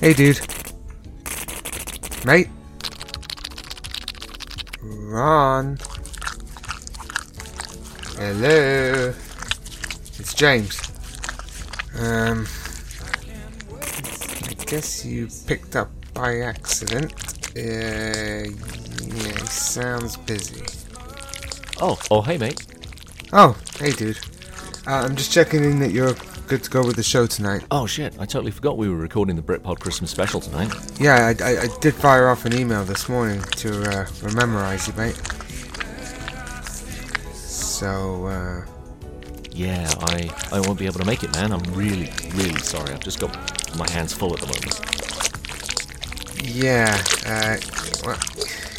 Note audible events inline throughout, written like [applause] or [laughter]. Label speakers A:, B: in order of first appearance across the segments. A: Hey, dude. Mate. Ron. Hello. It's James. Um. I guess you picked up by accident. Uh, yeah, he sounds busy.
B: Oh, oh, hey, mate.
A: Oh, hey, dude. Uh, I'm just checking in that you're good to go with the show tonight.
B: Oh, shit. I totally forgot we were recording the Britpod Christmas special tonight.
A: Yeah, I, I, I did fire off an email this morning to uh, memorize you, mate. So, uh,
B: Yeah, I, I won't be able to make it, man. I'm really, really sorry. I've just got my hands full at the moment.
A: yeah, uh, well,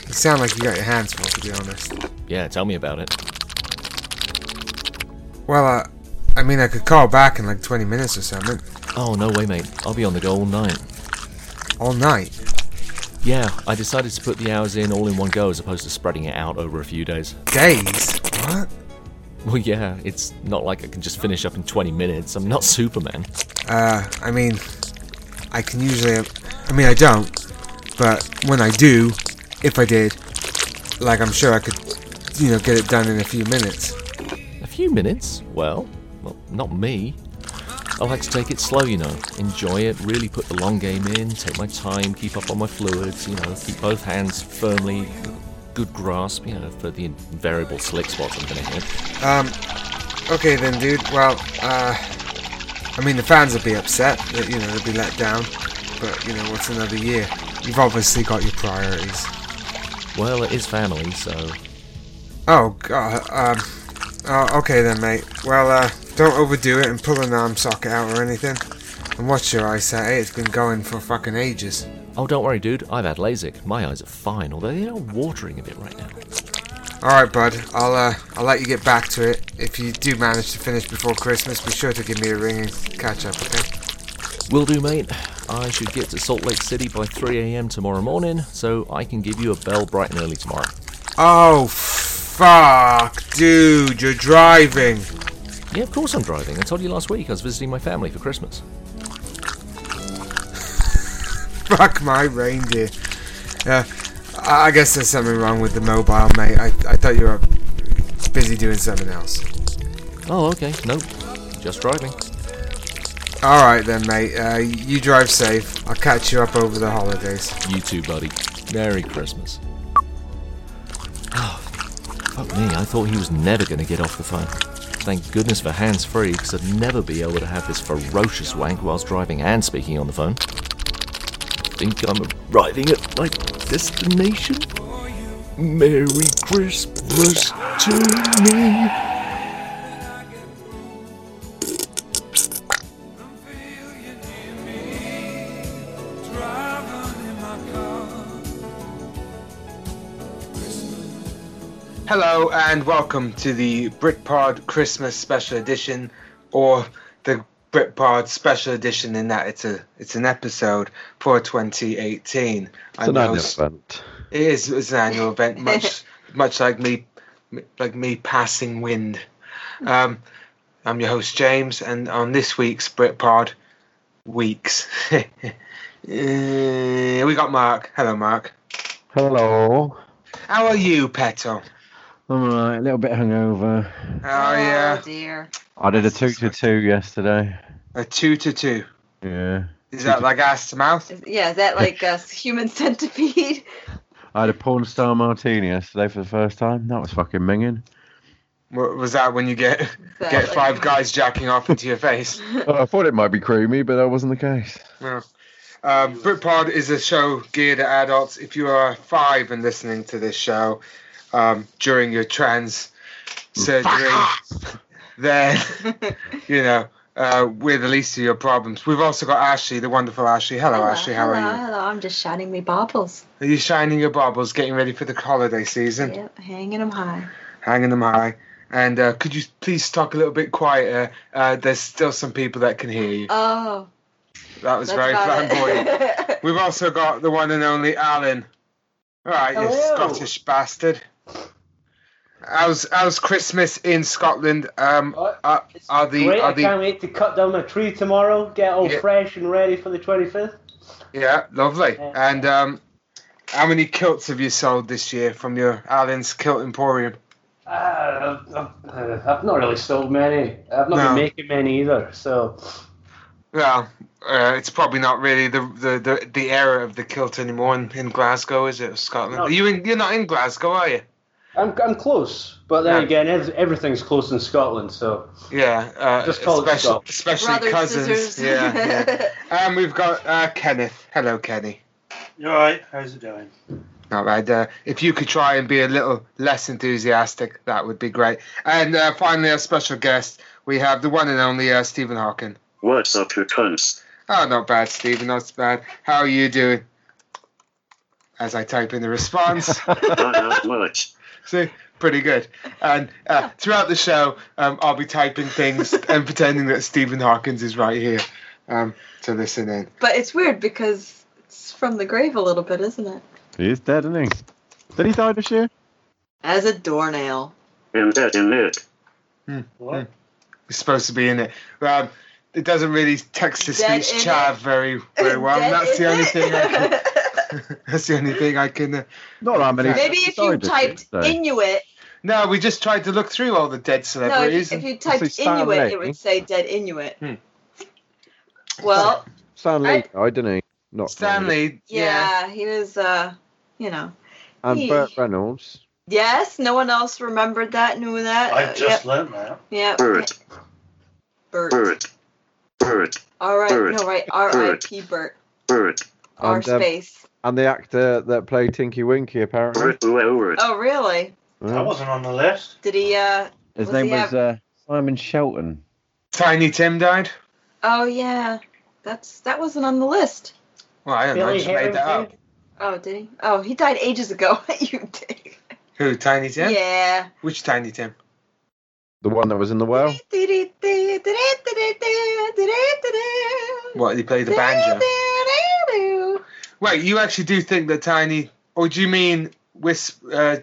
A: you sound like you got your hands full, to be honest.
B: Yeah, tell me about it.
A: Well, uh, I mean, I could call back in like 20 minutes or something.
B: Oh, no way, mate. I'll be on the go all night.
A: All night.
B: Yeah, I decided to put the hours in all in one go as opposed to spreading it out over a few days. [laughs]
A: Days? What?
B: Well, yeah, it's not like I can just finish up in 20 minutes. I'm not Superman.
A: Uh, I mean, I can usually. I mean, I don't. But when I do, if I did, like, I'm sure I could, you know, get it done in a few minutes.
B: A few minutes? Well, well, not me. I like to take it slow, you know. Enjoy it, really put the long game in, take my time, keep up on my fluids, you know, keep both hands firmly, good grasp, you know, for the invariable slick spots I'm gonna hit.
A: Um, okay then, dude. Well, uh, I mean, the fans will be upset. That, you know, they'll be let down. But, you know, what's another year? You've obviously got your priorities.
B: Well, it is family, so.
A: Oh, God. Um, oh, okay then, mate. Well, uh, don't overdo it and pull an arm socket out or anything. And watch your eyesight. eh? It's been going for fucking ages.
B: Oh, don't worry, dude, I've had LASIK. My eyes are fine, although they are watering a bit right now.
A: All right, bud. I'll uh, I'll let you get back to it. If you do manage to finish before Christmas, be sure to give me a ring and catch up, okay?
B: Will do, mate. I should get to Salt Lake City by 3 a.m. tomorrow morning, so I can give you a bell bright and early tomorrow.
A: Oh, fuck, dude, you're driving.
B: Yeah, of course I'm driving. I told you last week I was visiting my family for Christmas.
A: [laughs] Fuck my reindeer. Uh, I I guess there's something wrong with the mobile, mate. I, I thought you were busy doing something else.
B: Oh, okay. Nope. Just driving.
A: All right then, mate. Uh, you drive safe. I'll catch you up over the holidays.
B: You too, buddy. Merry Christmas. Oh, Fuck me, I thought he was never going to get off the phone. Thank goodness for hands free, because I'd never be able to have this ferocious wank whilst driving and speaking on the phone. Think I'm arriving at my destination? Merry Christmas to me.
A: Hello and welcome to the BritPod Christmas Special Edition, or the BritPod Special Edition in that it's a it's an episode for 2018.
C: It's an
A: your
C: annual
A: host-
C: event.
A: It is it's an annual event, much much like me like me passing wind. Um, I'm your host James, and on this week's BritPod weeks, [laughs] uh, we got Mark. Hello, Mark.
C: Hello.
A: How are you, Peto?
C: I'm alright, a little bit hungover.
A: Oh yeah,
D: dear.
C: I did a two to two yesterday.
A: a two to two.
C: Yeah.
A: Is that like ass to mouth?
D: Is- Yeah, is that
A: [laughs]
D: like a human centipede?
C: I had a porn star martini yesterday for the first time. That was fucking minging.
A: W- Was that when you get
D: Is that
A: get
D: like- [laughs]
A: five guys jacking off into your face?
C: [laughs] Oh, I thought it might be creamy, but that wasn't the case.
A: Well, uh, Britpod is a show geared at adults. If you are five and listening to this show um, during your trans surgery, then you know uh, we're the least of your problems. We've also got Ashley, the wonderful Ashley. Hello, Ashley. How
D: hello,
A: are you?
D: Hello, I'm just shining me baubles.
A: Are you shining your baubles, getting ready for the holiday season,
D: Yep, hanging them high.
A: hanging them high? And uh, could you please talk a little bit quieter? Uh, there's still some people that can hear you.
D: Oh,
A: That was
D: that's
A: very
D: about
A: flamboyant.
D: it. [laughs]
A: We've also got the one and only Alan. All right, you
D: Hello.
A: Scottish bastard. How's how's Christmas in Scotland? Um,
E: Uh,
A: are,
E: it's
A: are the
E: Great,
A: are
E: I can't
A: the
E: wait to cut down a tree tomorrow, get all
A: Yeah.
E: fresh and ready for the 25th.
A: Yeah, lovely. And um, how many kilts have you sold this year from your Allen's Kilt Emporium?
E: Uh, I've, I've, uh, I've not really sold many. I've
A: No.
E: not been making many either. So
A: Well, uh, it's probably not really the, the, the, the era of the kilt anymore in, in Glasgow, is it? Scotland?
E: No.
A: Are you in, you're not in Glasgow, are you?
E: I'm, I'm close. But then
A: Yeah.
E: again, ev- everything's close in Scotland. So
A: Yeah. Uh,
E: Just call it
A: especially,
E: Scotland.
A: especially
D: Brothers,
A: cousins.
D: scissors.
A: Yeah, yeah.
D: [laughs]
A: And we've got uh, Kenneth. Hello, Kenny.
F: You alright? How's it doing?
A: All right. Uh, if you could try and be a little less enthusiastic, that would be great. And uh, finally, our special guest, we have the one and only uh, Stephen Hawking.
G: What's up, you cunts?
A: Oh, not bad, Stephen. Not bad. How are you doing? As I type in the
F: [laughs]
A: response.
G: Not that much.
A: So pretty good. And uh, throughout the show, um, I'll be typing things and pretending that Stephen Hawkins is right here. Um, to listen in.
D: But it's weird because it's from the grave a little bit, isn't it?
C: [laughs] He is dead, isn't he? Did he die this year?
D: As a doornail.
G: I'm dead in it.
F: What?
A: He's supposed to be in it. Um, it doesn't really text to
D: Dead
A: speech
D: in
A: chat
D: it.
A: very
D: [laughs]
A: very well.
D: Dead,
A: that's the
D: is
A: only
D: it?
A: thing I
D: [laughs]
A: can. [laughs] That's the only thing I can. Uh,
C: Not that many.
D: Maybe if you
C: died this year,
D: typed
C: so-
D: Inuit,
A: no, we just tried to look through all the dead
D: no, if,
A: celebrities.
D: if you
C: That's
D: typed
C: a Stan
D: Inuit, it
C: Lee.
D: would say dead Inuit.
A: Hmm.
D: Well,
C: Stan Lee
D: I-
C: died, didn't he? Not
A: Stanley. Yeah.
D: yeah, he was, uh, you know.
C: And Burt Reynolds.
D: Yes, no one else remembered that, knew that.
F: I've just
D: yep,
F: learnt that.
D: yep.
G: Bird,
D: Bert.
G: bird, bird,
D: All right,
G: Bert.
D: no, right. R.I.P. Bert.
G: bird,
D: Our
C: And, um,
D: space.
C: And the actor that played Tinky Winky, apparently.
G: bird, bird.
D: Oh, really?
C: Yeah.
F: That wasn't on the list.
D: Did he, uh,
C: His
D: was
C: name
D: he
C: was uh, Simon Shelton.
A: Tiny Tim died.
D: oh, yeah. That's, that wasn't on the list.
A: Well, I don't know. I just made that up.
D: Oh, did he? Oh, he died ages ago. [laughs] you dick.
A: Who? Tiny Tim?
D: Yeah.
A: Which Tiny Tim?
C: The one that was in the
H: Oh.
D: [laughs]
C: well.
A: What? He played the banjo. Wait, you actually do think that Tiny, or do you mean Wisp, uh,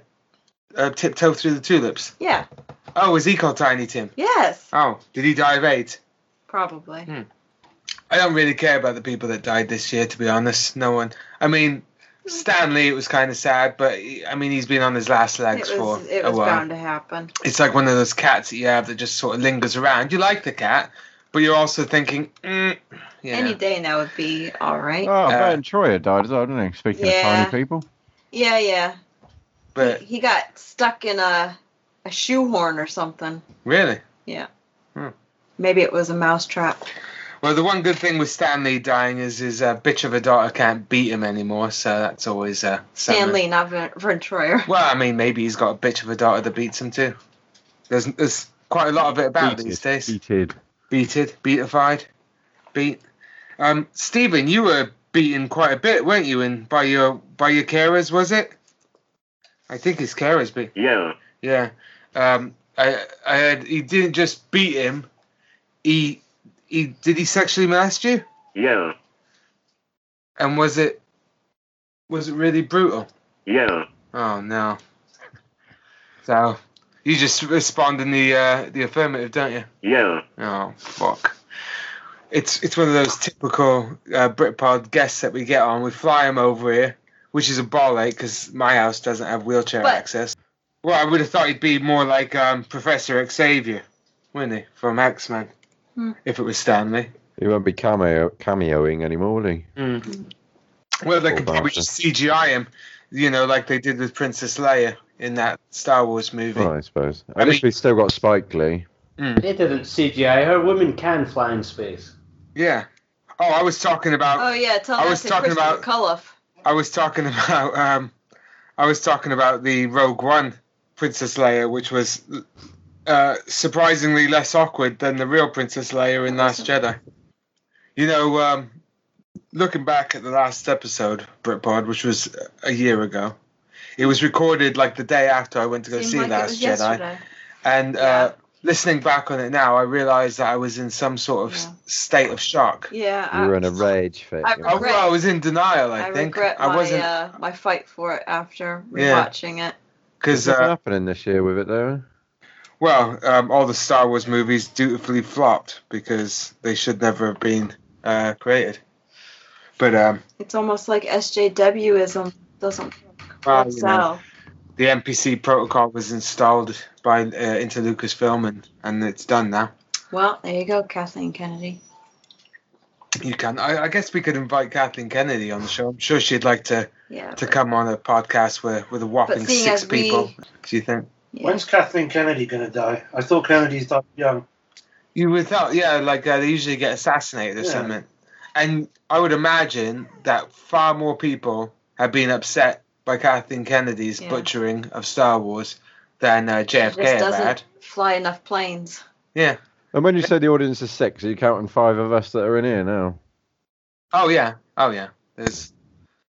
A: uh, Tiptoe Through the Tulips?
D: Yeah.
A: Oh, was he called Tiny Tim?
D: Yes.
A: Oh, did he die of AIDS?
D: Probably.
A: I don't really care about the people that died this year, to be honest. No one. I mean, Stanley, it was kind of sad, but he- I mean, he's been on his last
D: It
A: legs
D: was,
A: for
D: it
A: a
D: was
A: while.
D: bound to happen.
A: It's like one of those cats that you have that just sort of lingers around. You like the cat, but you're also thinking, mm, you
D: Any
A: know.
D: day now would be all
C: Oh,
D: right.
A: Uh,
C: Van Troyer died as well, didn't he? Speaking
D: Yeah.
C: of tiny people.
D: yeah, yeah.
A: But
D: He got stuck in a, a shoehorn or something.
A: really,
D: Maybe it was a mousetrap.
A: Well, the one good thing with Stanley dying is his uh, bitch of a daughter can't beat him anymore, so that's always uh, something.
D: Stanley, not Ven- Ventura.
A: [laughs] Well, I mean, maybe he's got a bitch of a daughter that beats him too. There's there's quite a lot of it about
C: Beated,
A: these days.
C: beated.
A: Beated, beatified, beat. Um, Stephen, you were beaten quite a bit, weren't you? And by your by your carers, was it? I think his carers beat.
G: Yeah,
A: Yeah. Um, I I heard he didn't just beat him. He he did he sexually molest you?
G: yeah,
A: And was it was it really brutal?
G: yeah.
A: Oh no. So you just respond in the uh, the affirmative, don't you?
G: Yeah,
A: Oh fuck. It's it's one of those typical uh, Britpod guests that we get on. We fly them over here, which is a ball ache because my house doesn't have wheelchair
D: But-
A: access. Well, I would have thought he'd be more like um, Professor Xavier, wouldn't he, from X Men?
D: Hmm.
A: If it was Stanley.
C: He won't be cameo cameoing anymore, will he?
E: Hmm.
A: Well, they
C: Or
A: could probably
C: Bowser.
A: just CGI him, you know, like they did with Princess Leia in that Star Wars movie.
C: Well, I suppose. At
A: I
C: least
A: mean-
C: we've still got Spike Lee.
E: They didn't CGI her. Women can fly in space.
A: Yeah. Oh, I was talking about.
D: Oh yeah, tell
A: I
D: that
A: was
D: to
A: talking
D: Chris
A: about-
D: McAuliffe.
A: I was talking [laughs] about. Um, I was talking about the Rogue One Princess Leia, which was uh, surprisingly less awkward than the real Princess Leia in Last Jedi. You know, um, looking back at the last episode, Britpod, which was a year ago, it was recorded like the day after I went to go
D: Seemed
A: see
D: like it
A: Last
D: was
A: Jedi.
D: yesterday.
A: And
D: Yeah.
A: uh, listening back on it now, I realised that I was in some sort of s-
D: Yeah.
A: state of shock.
D: Yeah,
C: You were
D: I,
C: in a rage fit.
D: Uh, I
C: you
A: I,
C: know.
D: regret-
A: well, I was in denial. I,
D: I
A: think
D: regret
A: I
D: my
A: wasn't
D: uh, my fight for it after
A: Yeah.
D: rewatching it.
A: because
C: Nothing
A: uh,
C: happening this year with it, though.
A: well, um, all the Star Wars movies dutifully flopped because they should never have been uh, created. But um,
D: It's almost like SJWism doesn't
A: well, you know,
D: sell.
A: the NPC protocol was installed by uh, into Lucasfilm, and, and it's done now.
D: Well, there you go, Kathleen Kennedy.
A: You can. I, I guess we could invite Kathleen Kennedy on the show. I'm sure she'd like to,
D: Yeah.
A: to come on a podcast with, with a whopping
D: seeing
A: six
D: as we-
A: people. Do you think?
D: yeah.
F: When's Kathleen Kennedy going to die? I thought Kennedy's died young.
A: You would thought, yeah, like uh, they usually get assassinated or
F: Yeah.
A: something. And I would imagine that far more people have been upset by Kathleen Kennedy's
D: Yeah.
A: butchering of Star Wars than uh,
D: It
A: JFK
D: just
A: have
D: doesn't
A: had.
D: fly enough planes.
A: Yeah.
C: And when you say the audience is six, are you counting five of us that are in here now?
A: Oh yeah. Oh yeah. There's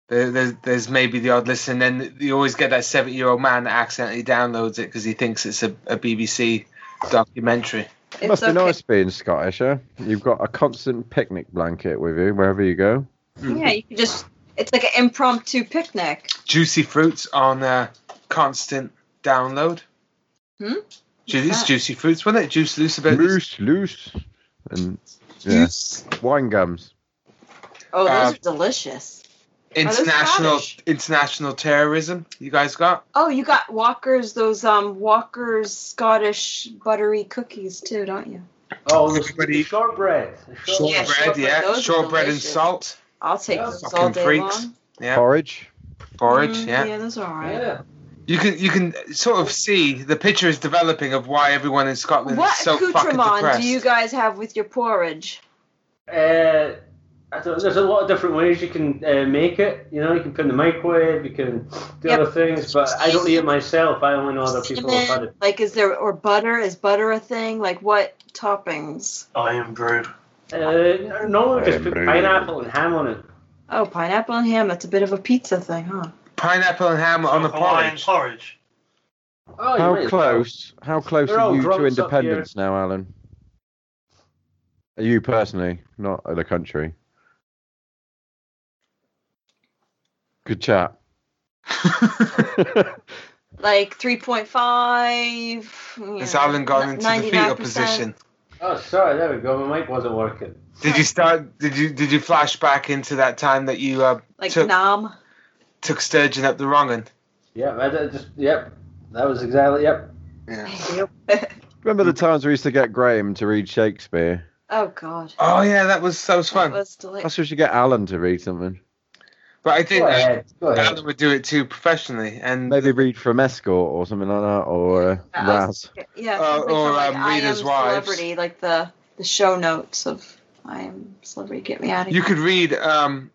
A: there, there's there's maybe the odd listen, and you always get that seventy year old man that accidentally downloads it because he thinks it's a, a BBC documentary.
D: It's
C: Must
D: okay.
C: be nice being Scottish, eh? You've got a constant picnic blanket with you wherever you go.
D: Yeah, you can just. It's like an impromptu picnic.
A: Juicy fruits on uh, constant download.
D: Hmm?
A: Ju-
D: What's
A: it's
D: that?
A: juicy fruits, wasn't it? Juice loose about
C: Loose, loose, and yeah,
A: Juice.
C: wine gums.
D: Oh,
A: Uh,
D: those are delicious. those
A: International
D: Scottish?
A: international terrorism. You guys got?
D: Oh, you got Walker's those um Walker's Scottish buttery cookies too, don't you?
E: Oh, the,
A: Everybody-
E: the shortbread. The
D: Shortbread. Yeah,
A: Bread,
D: shortbread,
A: yeah.
D: those are
A: Shortbread and
D: delicious.
A: salt.
D: I'll take those all
A: Fucking
D: day
A: freaks.
D: long.
A: Yeah.
C: Porridge.
A: Porridge,
D: Mm,
A: yeah.
D: Yeah, those are alright.
E: Yeah.
A: You can you can sort of see the picture is developing of why everyone in Scotland
D: What
A: is so fucking
D: accoutrement
A: depressed.
D: do you guys have with your porridge?
E: Uh, I don't, there's a lot of different ways you can uh, make it. You know, you can put in the microwave, you can do
D: Yep.
E: other things, but I don't eat it myself. I only know other people have had
D: Cinnamon?
E: it.
D: Like, is there or butter? Is butter a thing? Like, what toppings?
F: Iron Brood.
E: Uh, normally just put
C: Homebrew.
E: pineapple and ham on it.
D: Oh, pineapple and ham. That's a bit of a pizza thing, huh?
A: Pineapple and ham on the
F: Hawaiian
A: porridge.
F: porridge.
E: Oh, you might
C: How
E: as well.
C: close? How close
E: They're all
C: are you to
E: grown-ups up here.
C: independence now, Alan? Are you personally, not the country? Good chat. [laughs]
A: [laughs]
D: Oh, Like three point five.
A: Has Alan gone into the fetal position?
E: Oh, sorry, there we go. My mic wasn't working.
A: Did you start? Did you did you flash back into that time that you uh,
D: Like
A: Took-
D: nom.
A: took Sturgeon up the wrong end?
E: Yep, I did just, yep. That was exactly, yep.
A: Yeah.
C: Remember the times we used to get Graham to read Shakespeare?
D: [laughs] oh God.
A: Oh yeah, that was that was
D: That
A: fun.
D: was delightful.
C: That's we should get Alan to read something.
A: but I think
E: Go ahead, go ahead.
A: Alan would do it too professionally, and
C: Maybe read from Escort or something like that, or uh,
D: Yeah, I
C: Raz.
D: Yeah.
A: Uh,
D: something
A: or,
D: from, like,
A: um,
D: I
A: Reader's
D: Am
A: Wives.
D: Celebrity, like the the show notes of I am celebrity. Get me out of
A: you
D: here.
A: could read. um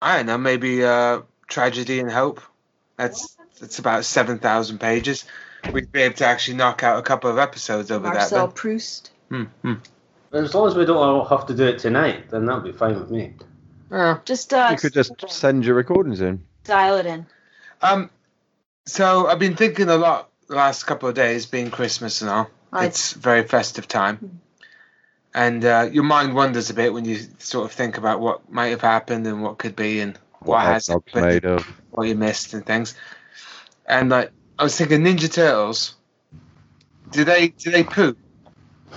A: I don't know, maybe uh, tragedy and hope. That's that's about seven thousand pages. We'd be able to actually knock out a couple of episodes over
D: Marcel
A: that.
D: Proust.
A: Then. Hmm, hmm.
E: As long as we don't all have to do it tonight, then that'll be fine with me.
A: Yeah.
D: Just uh,
C: You could just send your recordings in.
D: dial it in.
A: Um, so I've been thinking a lot the last couple of days, being Christmas and all.
D: I-
A: It's very festive time, and uh, your mind wanders a bit when you sort of think about what might have happened and what could be and what,
C: our
A: has
C: dog's
A: happened.
C: made of.
A: what you missed and things. And like I was thinking, Ninja Turtles. Do they do they poo?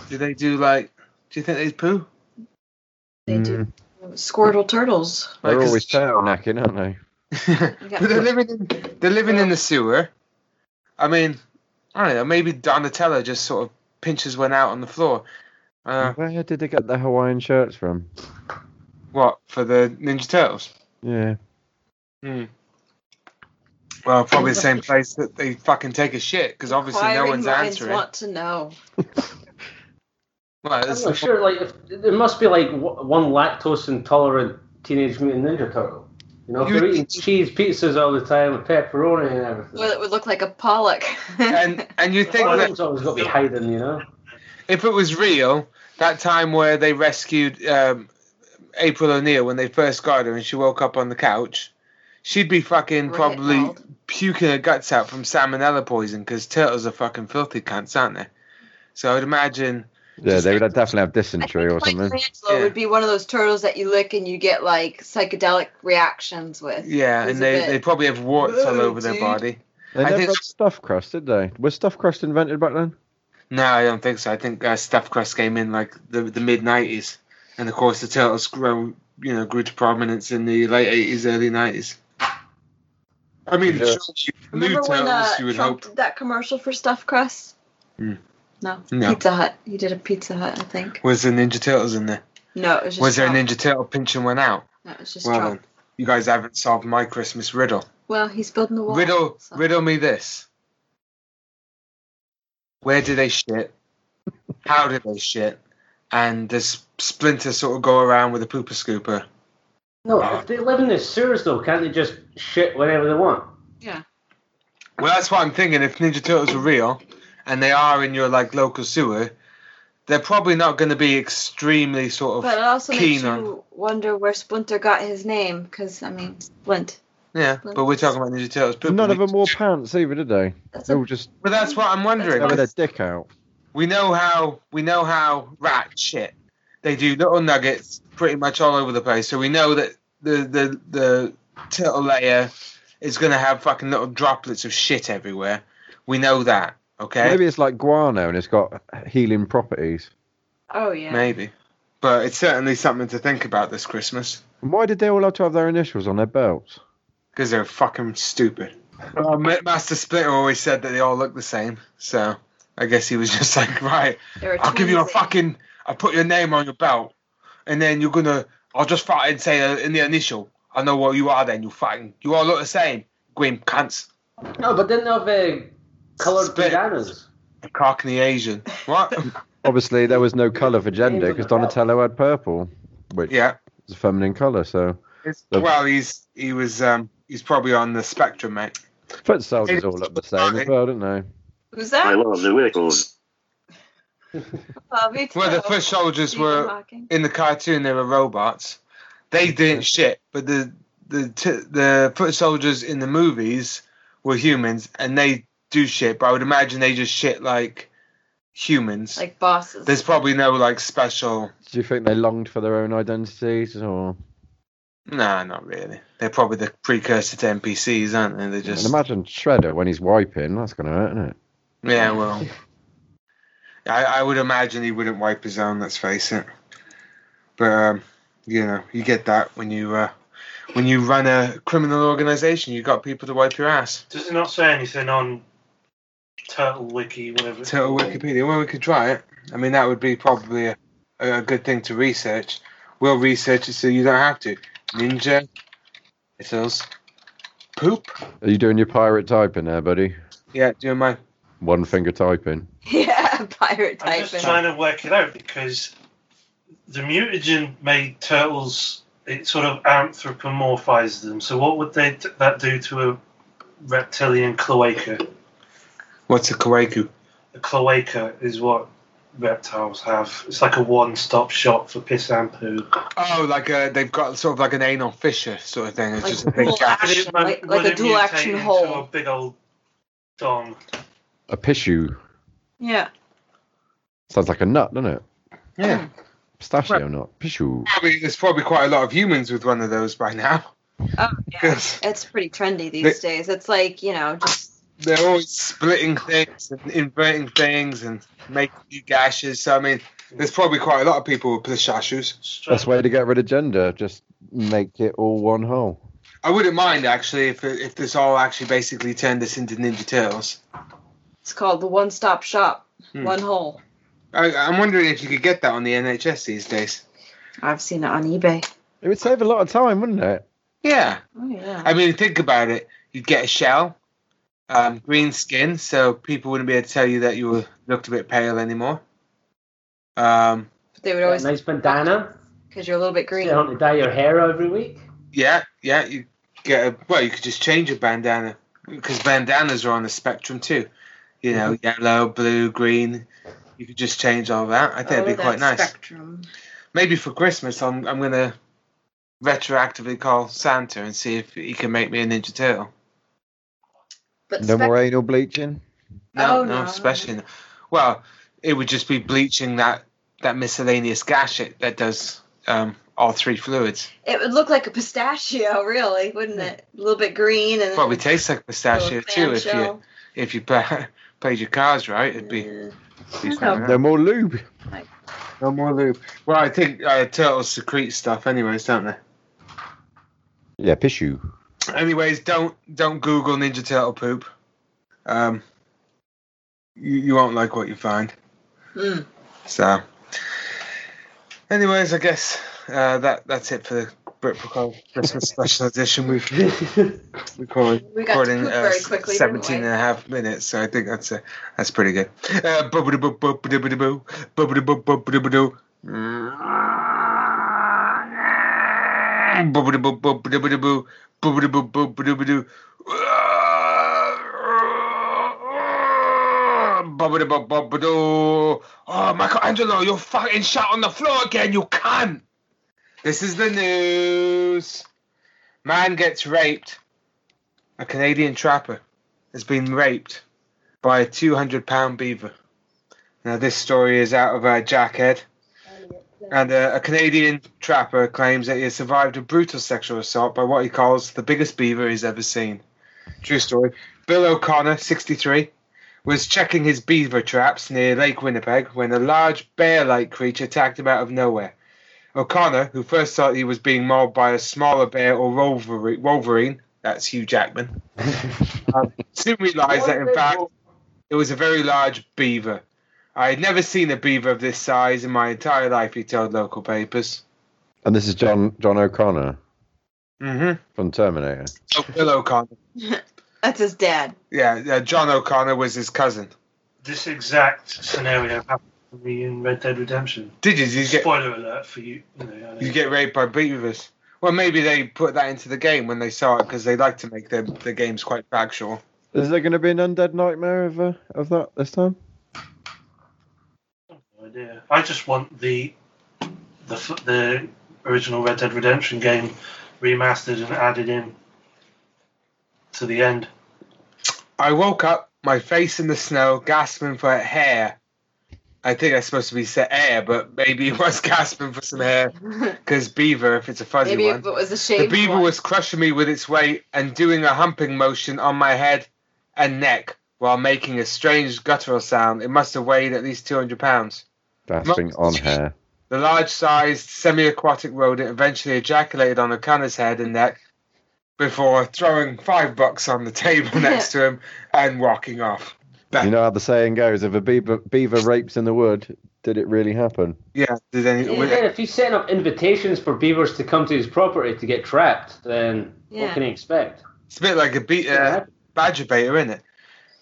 A: Do they do like? Do you think they poo?
D: They do
C: Mm.
D: Squirtle turtles.
A: Like,
C: They're
A: 'cause-
C: always tail knacking, aren't they?
A: but they're living in they're living in the sewer. I mean, I don't know. Maybe Donatello just sort of pinches one out on the floor. Uh,
C: Where did they get the Hawaiian shirts from?
A: what for the Ninja Turtles?
C: Yeah.
A: Well, probably the same place that they fucking take a shit because obviously no
D: Inquiring
A: one's
D: minds
A: answering.
D: want to know.
A: Well,
E: I'm
A: it's-
E: not sure. Like, if, there must be like w- one lactose intolerant teenage mutant ninja turtle. You know, if
A: You
E: they're
A: would
E: eating cheese pizzas all the time and pepperoni and everything.
D: Well, it would look like a pollock.
A: and and you think
E: One of
A: that
E: them's always got to be hiding, you know.
A: if it was real, that time where they rescued um, April O'Neil when they first got her and she woke up on the couch, she'd be fucking
D: [laughs] Right,
A: probably
D: Donald.
A: puking her guts out from salmonella poison because turtles are fucking filthy cunts, aren't they? So I'd imagine.
C: Yeah, they would have- definitely have dysentery or
D: I think
C: something.
D: Michelangelo
A: Yeah.
D: would be one of those turtles that you lick and you get like psychedelic reactions with.
A: Yeah,
D: Who's
A: and
D: a
A: they,
D: bit-
A: they probably have warts all
D: Whoa,
A: over their
D: dude.
A: body.
C: They
A: I
C: never
A: think-
C: had stuffed crust, did they? Was stuffed crust invented back then?
A: No, I don't think so. I think uh, stuffed crust came in like the the mid '90s, and of course the turtles grow you know grew to prominence in the late eighties, early nineties. I mean,
E: Yeah.
A: sure, you knew
D: Remember when
A: Turtles,
D: uh,
A: you would
D: Trump
A: hope.
D: did that commercial for stuffed crust?
A: Hmm.
D: No.
A: No.
D: Pizza Hut. He did a Pizza Hut, I think.
A: Was the Ninja Turtles in there?
D: No, it was just.
A: Was there a
D: Trump.
A: Ninja Turtle pinch and went out?
D: No, it was just
A: Well
D: Trump.
A: then, you guys haven't solved my Christmas riddle.
D: Well, he's building the wall.
A: riddle,
D: so-
A: riddle me this. Where do they shit? How do they shit? And does Splinter sort of go around with a pooper scooper?
E: No, if they live in the sewers though, can't they just shit whenever they want?
A: Well, that's what I'm thinking. If Ninja Turtles were real, and they are in your like local sewer, they're probably not going to be extremely sort of
D: But it also makes
A: keen
D: you
A: on.
D: wonder where Splinter got his name, because, I mean, Splint.
A: Yeah, but we're talking about Ninja Turtles. Pooper.
C: None of them wore pants either, did they?
D: That's
C: They
D: a,
C: were just
A: But that's what I'm wondering.
D: That's
C: having their dick out.
A: we know how we know how rat shit. They do little nuggets pretty much all over the place. So we know that the the the turtle layer is gonna have fucking little droplets of shit everywhere. We know that. Okay.
C: Maybe it's like guano and it's got healing properties.
D: oh, yeah.
A: Maybe. But it's certainly something to think about this Christmas.
C: And why did they all have to have their initials on their belts?
A: Because they're fucking stupid. Well, Ma- Master Splitter always said that they all look the same, so I guess he was just like, [laughs] right,
D: There were
A: I'll give you a
D: twins.
A: fucking. I'll put your name on your belt, and then you're gonna. I'll just fucking say uh, in the initial. I know what you are. Then you fucking. You all look the same. Green cunts.
E: No, but didn't they have uh, coloured
A: Split.
E: bandanas?
A: Cockney Asian. [laughs] What?
C: Obviously, there was no colour for gender because Donatello had purple, which
A: yeah.
C: is a feminine colour. So
A: It's-
C: The-
A: well, he's he was um he's probably on the spectrum, mate.
C: foot soldiers all look the same as well, don't they?
D: Who's
G: I
D: that?
G: love the Wiggles.
D: Well, me
A: Well, the
D: too.
A: first soldiers
D: Stephen
A: were
D: Hawking.
A: in the cartoon. They were robots. They didn't shit, but the the t- the foot soldiers in the movies were humans, and they do shit. But I would imagine they just shit like humans.
D: Like bosses.
A: There's probably no like special.
C: Do you think they longed for their own identities or?
A: Nah, not really. They're probably the precursor to NPCs, aren't they? They're
C: And
A: just
C: imagine Shredder when he's wiping. That's going to hurt, isn't it?
A: yeah. Well, I, I would imagine he wouldn't wipe his own. Let's face it. But um, you know, you get that when you uh, when you run a criminal organization. You got people to wipe your ass.
F: Does it not say anything on Turtle Wiki, whatever? it's
A: Total
F: called?
A: Wikipedia. Well, we could try it. I mean, that would be probably a, a good thing to research. We'll research it so you don't have to. Ninja, missiles, poop.
C: Are you doing your pirate typing there, buddy?
A: Yeah, doing my
C: One finger typing.
D: [laughs] yeah, [laughs] pirate
F: I'm just
D: typing.
F: trying to work it out because the mutagen made turtles. It sort of anthropomorphized them. So what would they that do to a reptilian cloaca?
A: What's a kawaku?
F: A cloaca is what reptiles have. It's like a one-stop shop for piss and poo.
A: Oh, like a, they've got sort of like an anal fissure sort of thing. It's
D: Like
A: just a big
D: dual
A: gap.
F: Would it
D: action,
F: mu-
D: like,
F: would
D: like a
F: it
D: dual
F: mutate
D: action
F: into A
D: hole.
F: big old dong.
C: A pishu.
D: Yeah.
C: Sounds like a nut, doesn't it?
A: Yeah,
C: Pistachio nut. Pishu.
A: probably there's probably quite a lot of humans with one of those by now.
D: Oh, yeah.
A: 'Cause
D: It's pretty trendy these days. It's like, you know, just
A: they're always splitting things and inverting things and making new gashes. So I mean, there's probably quite a lot of people with plishashus.
C: That's the way to get rid of gender. Just make it all one whole.
A: I wouldn't mind actually if if this all actually basically turned this into Ninja Turtles.
D: it's called the one stop shop,
A: Hmm.
D: one hole.
A: I, I'm wondering if you could get that on the NHS these days.
D: I've seen it on eBay.
C: It would save a lot of time, wouldn't it?
A: Yeah,
D: Oh yeah.
A: I mean, think about it. You'd get a shell, um, green skin, so people wouldn't be able to tell you that you were, looked a bit pale anymore. Um,
D: But they would
E: Got a
D: always
E: nice bandana.
D: because you're a little bit
E: You
D: green.
E: don't have to dye your hair every week.
A: yeah, yeah, you get a well. You could just change your bandana because bandanas are on the spectrum too. You know, yellow, blue, green. You could just change all that. I think it'd be
D: Oh,
A: quite
D: that
A: nice.
D: Spectrum.
A: maybe for Christmas, I'm I'm gonna retroactively call Santa and see if he can make me a Ninja Turtle.
D: But
C: No
D: spec-
C: more anal bleaching.
A: No,
D: Oh,
A: no,
D: no.
A: especially. no. Well, it would just be bleaching that that miscellaneous gash it, that does um, all three fluids.
D: it would look like a pistachio, [laughs] really, wouldn't it? A little bit green and
A: Hmm. Probably tastes like pistachio too if you
D: you.
A: [laughs] if you play, played your cards right. It'd be.
D: Yeah.
A: be
D: I don't
A: quite
C: No more lube.
A: No more loop. Well, I think uh, turtles secrete stuff, anyways, don't they?
H: Yeah, piss [laughs] you.
A: Anyways, don't don't Google Ninja Turtle poop. Um, you, you won't like what you find.
D: Mm.
A: So, anyways, I guess uh, that that's it for the Britpro Christmas Special Edition. We've recorded
D: We got to
A: recording
D: poop
A: uh,
D: very quickly.
A: 17
D: didn't
A: and a half minutes, so I think that's uh, that's pretty good. Uh, boop-a-doo-boop, boop-a-doo-boop-a-doo, boop-a-doo-boop, boop-a-doo-boop-a-doo. Mm. Boop-a-doo-boop, boop-a-doo-boop-a-doo, boop-a-doo-boop, boop-a-doo-boop-a-doo. Boop-a-doo-boop, boop-a-doo. Oh, Michelangelo, you fucking shot on the floor again, you cunt! This is the news. Man gets raped. A Canadian trapper has been raped by a 200 pound beaver. Now, this story is out of uh, Jackhead. And uh, a Canadian trapper claims that he has survived a brutal sexual assault by what he calls the biggest beaver he's ever seen. True story. Bill O'Connor, 63, was checking his beaver traps near Lake Winnipeg when a large bear like creature attacked him out of nowhere. O'Connor, who first thought he was being mauled by a smaller bear or wolverine, wolverine that's Hugh Jackman, soon realized that in fact it was a very large beaver. I had never seen a beaver of this size in my entire life, he told local papers.
H: And this is John John O'Connor
A: Mm-hmm.
H: from Terminator.
A: Oh, Bill O'Connor.
D: That's his dad. [laughs]
A: Yeah, uh, John O'Connor was his cousin.
F: This exact scenario happened to me in Red Dead Redemption.
A: Did you? Did you get,
F: Spoiler alert for you. you, know, I know.
A: you get raped by beavers? Well, maybe they put that into the game when they saw it because they like to make their, their games quite factual.
H: Is there going to be an undead nightmare of uh, of that this time?
F: No idea. I just want the the f- the original Red Dead Redemption game remastered and added in to the end.
A: I woke up, my face in the snow, gasping for hair. I think that's supposed to be sa- air, but maybe it was [laughs] gasping for some hair because beaver, if it's a fuzzy
D: Maybe
A: one.
D: if it was a
A: The
D: shaved
A: beaver
D: one.
A: was crushing me with its weight and doing a humping motion on my head and neck while making a strange guttural sound. It must have weighed at least 200 pounds.
H: Gasping on hair.
A: The large sized semi aquatic rodent eventually ejaculated on O'Connor's head and neck before throwing five bucks on the table next to
D: [laughs]
A: him and walking off.
H: You know how the saying goes: if a beaver beaver rapes in the wood, did it really happen?
A: Yeah, did any.
E: And
A: with-
E: then if he's setting up invitations for beavers to come to his property to get trapped, then
D: Yeah.
E: what can he expect?
A: It's a bit like a be- uh, badger baiter, isn't it?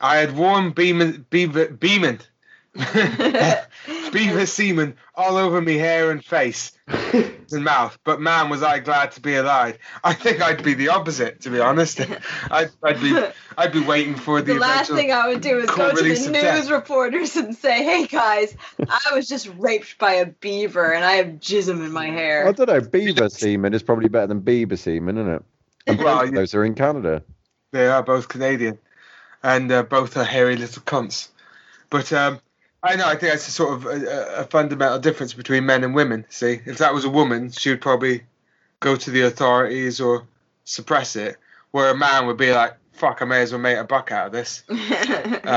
A: I had warm beamin, beaver,
D: [laughs]
A: [laughs] beamin, beaver semen all over me hair and
D: [laughs]
A: face and mouth, but man, was I glad to be alive. I think I'd be the opposite, to be honest. [laughs] I'd, I'd be I'd be waiting for the,
D: the last
A: eventual-
D: thing I would do is
A: cool
D: go to the
A: release
D: news
A: of death.
D: reporters and say,
A: [laughs]
D: "Hey guys, I was just raped by a beaver and I have jism in my
H: I
D: hair."
H: don't know. Beaver semen is probably better than beaver semen, isn't it? And both
A: Well,
H: of
A: you-
H: those are in Canada.
A: They are both Canadian, and uh, both are hairy little cunts. But um, I know I think that's a sort of a, a- a fundamental difference between men and women. See, if that was a woman, she would probably go to the authorities or suppress it, where a man would be like, "Fuck, I may as well make a buck out of this."
E: Post it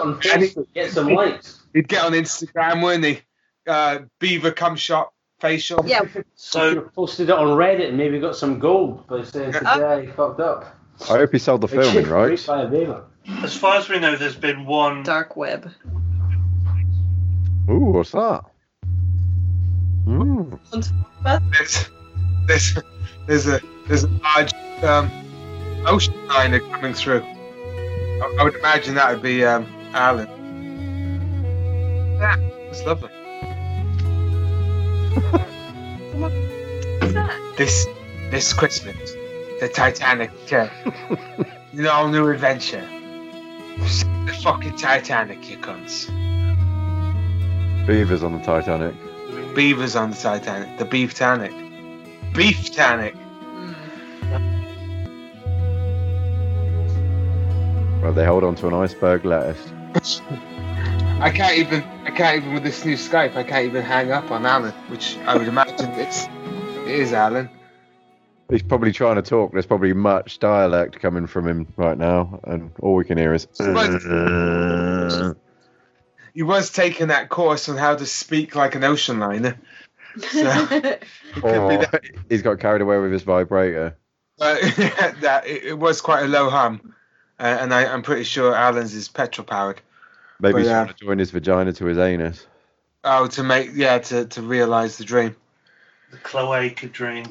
E: on
A: And it-
E: Facebook, get some likes.
A: He'd get on Instagram, wouldn't he? Uh, beaver cum shot facial.
D: [laughs] yeah,
E: He
F: So
E: could've posted it on Reddit and maybe got some gold by saying
A: Yeah.
E: today he fucked up.
H: I hope he sold the
E: Like,
H: filming
E: shit, raped
A: [laughs]
H: rights.
E: By a beaver.
F: as far as we know, there's been one.
D: dark web.
H: Ooh, what's that? Mm.
A: There's there's there's a there's a large um, ocean liner coming through. I, I would imagine that would be um, Ireland. Yeah, it's lovely. This this Christmas, the Titanic returns. An all new adventure. The fucking Titanic, you cunts.
H: Beavers on the Titanic.
A: Beavers on the Titanic. The Beef Tanic. Beef Tanic.
H: Well, they hold on to an iceberg lettuce.
A: I can't even. I can't even with this new Skype. I can't even hang up on Alan, which I would imagine it's it is Alan.
H: He's probably trying to talk. There's probably much dialect coming from him right now, and all we can hear is.
A: But- he was taking that course on how to speak like an ocean liner. So-
H: Or "Oh." he's got carried away with his vibrator.
A: But [laughs] that it, it was quite a low hum, uh, and I, I'm pretty sure Alan's is petrol powered. But,
H: Maybe he's
A: Oh, yeah.
H: trying to join his vagina to his anus.
A: Oh, to make yeah, to to realize the dream.
F: The cloaca dream.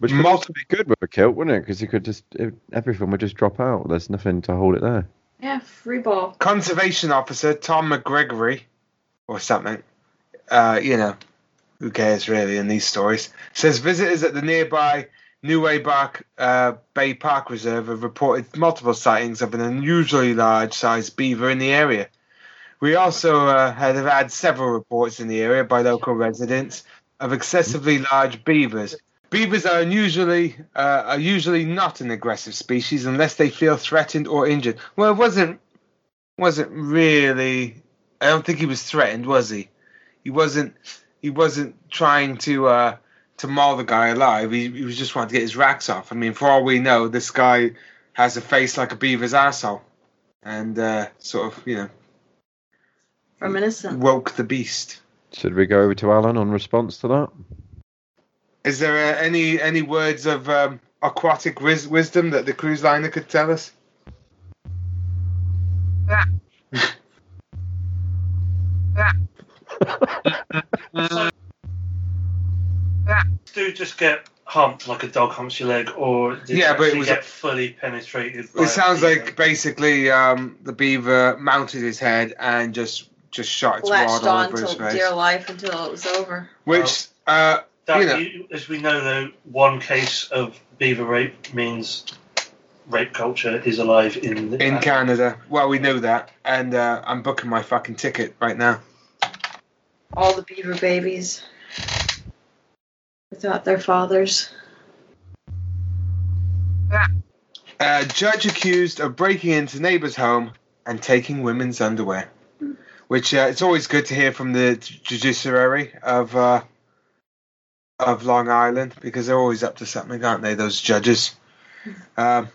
H: Which would also
A: Multiple-
H: be good with a kilt, wouldn't it? Because you could just it, everything would just drop out. There's nothing to hold it there.
D: [laughs] yeah, free ball.
A: Conservation officer Tom McGregory, or something. Uh, you know, who cares really in these stories? Says visitors at the nearby Neway Bark, uh, Bay Park Reserve have reported multiple sightings of an unusually large-sized beaver in the area. We also uh, had- have had several reports in the area by local residents of excessively large beavers. Beavers are unusually uh, are usually not an aggressive species unless they feel threatened or injured. Well, it wasn't wasn't really. I don't think he was threatened, was he? He wasn't. He wasn't trying to uh, to maul the guy alive. He, he was just wanting to get his racks off. I mean, for all we know, this guy has a face like a beaver's asshole, and uh, sort of you know
D: Reminiscent.
A: woke the beast.
H: Should we go over to Alan on response to that?
A: Is there uh, any any words of um, aquatic wis- wisdom that the cruise liner could tell us?
F: Do just get humped like a dog humps your leg, or did
A: Yeah,
F: yeah,
A: but it
F: but
A: was-
F: get fully penetrated? by a
A: It sounds
F: beaver?
A: like basically um, the beaver mounted his head and just just shot its
D: Latched
A: rod all
D: on
A: over his
D: till
A: face.
D: dear life until it was over.
A: Which,
D: Oh.
A: uh,
F: That,
A: you know.
F: you- as we know, though, one case of beaver rape means rape culture is alive in the
A: in Canada, well, we know that, and uh, I'm booking my fucking ticket right now.
D: All the beaver babies without their fathers.
A: Uh, judge accused of breaking into neighbor's home and taking women's underwear, which uh, it's always good to hear from the j- judiciary of uh, of Long Island because they're always up to something, aren't they? Those judges. Um,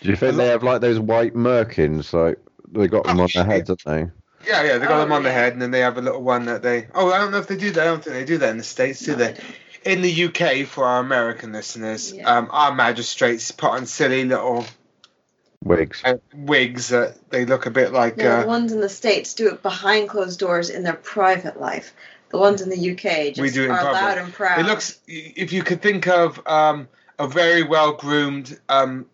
H: Do you think they have like those white merkins? Like they got them on their heads, don't they?
A: yeah, yeah, they got
D: Oh,
A: them on the
D: yeah.
A: head, and then they have a little one that they. Oh, I don't know if they do that. I don't think they do that in the states, do they? in the UK, for our American listeners,
D: Yeah.
A: um, our magistrates put on silly little
H: Wigs.
A: uh, wigs that they look a bit like.
D: No, the
A: Uh,
D: ones in the states do it behind closed doors in their private life. The ones in the UK just
A: We do it in
D: are
A: public.
D: loud and proud.
A: it looks, if you could think of um, a very well groomed um,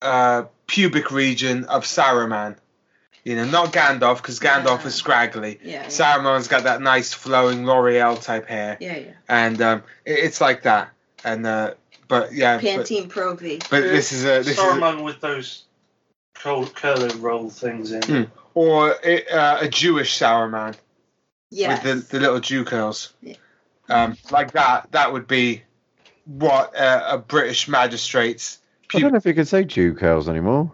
A: uh, pubic region of Saruman, you know, not Gandalf, because Gandalf
D: Yeah.
A: is scraggly.
D: yeah, yeah,
A: Saruman's got that nice flowing L'Oreal type hair,
D: yeah, yeah.
A: and um, it, it's like that. And uh, but yeah, but,
D: Pantene Pro V.
A: but this is a this is a-
F: Saruman with those curl, curler roll things in.
A: Hmm. or uh, a Jewish Saruman.
D: Yes.
A: with the, the little Jew curls.
D: Yeah.
A: Um, like that, that would be what uh, a British magistrate's.
H: I don't know if you can say Jew curls anymore.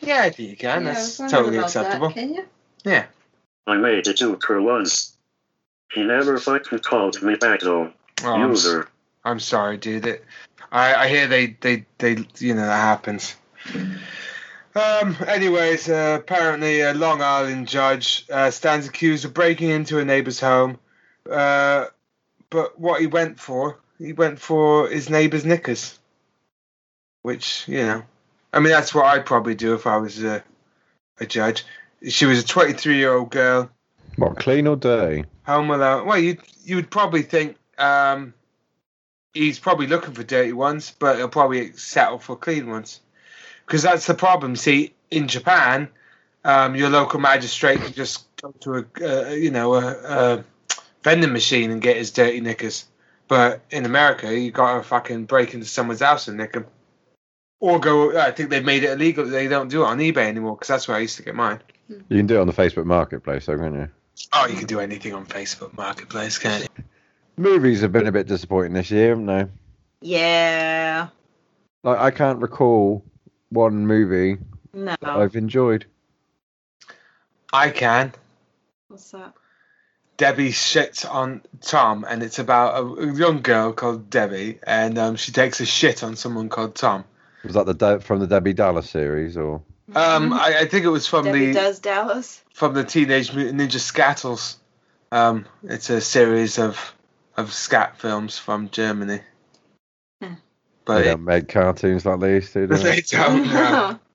A: Yeah, I think you
D: yeah,
A: can.
D: I
A: That's
D: was wondering
A: totally
D: about that.
A: acceptable.
D: Can you?
G: I made a joke for once. He never fucking called me back though.
A: Oh, I'm, s-
G: User.
A: I'm sorry, dude. It, I, I hear they, they, they, you know, that happens. Um, anyways, uh, apparently a Long Island judge uh, stands accused of breaking into a neighbor's home. Uh, but what he went for, he went for his neighbor's knickers. Which, you know, I mean, that's what I'd probably do if I was a, a judge. She was a 23 year old girl.
H: What clean or dirty?
A: Home Alone. Well, you you would probably think um, he's probably looking for dirty ones, but he'll probably settle for clean ones because that's the problem. See, in Japan, um, your local magistrate can just go to a uh, you know a, a vending machine and get his dirty knickers, but in America, you got to fucking break into someone's house and nick them. Or go. I think they've made it illegal. that They don't do it on eBay anymore because that's where I used to get mine.
H: You can do it on the Facebook Marketplace, though, can't you?
A: Oh, you can do anything on Facebook Marketplace, can't you?
H: Movies have been a bit disappointing this year, haven't they?
D: Yeah.
H: Like I can't recall one movie
D: No.
H: that
A: Uh,
H: I've enjoyed.
A: I can.
D: What's that?
A: Debbie shits on Tom, and it's about a a young girl called Debbie, and um, she takes a shit on someone called Tom.
H: Was that the De- from the Debbie Dallas series or
A: Um, I, I think it was from
D: Mm-hmm. Debbie
A: the
D: does
A: [laughs]
D: Dallas.
A: from the Teenage Mutant Ninja Scattles. Um, it's a series of of scat films from Germany.
D: Hmm.
A: But
H: they don't make cartoons like they used to.
A: [laughs]
H: Do
A: they
H: they?
A: don't. know.
D: [laughs]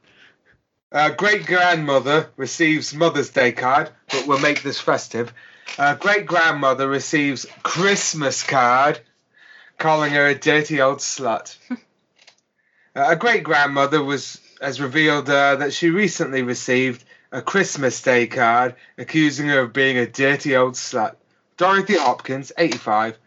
A: Uh, great grandmother receives Mother's Day card, but we'll make this festive. Uh, great grandmother receives Christmas card, calling her a dirty old slut. uh, a great grandmother was has revealed uh, that she recently received a Christmas Day card accusing her of being a dirty old slut. Dorothy Hopkins, 85,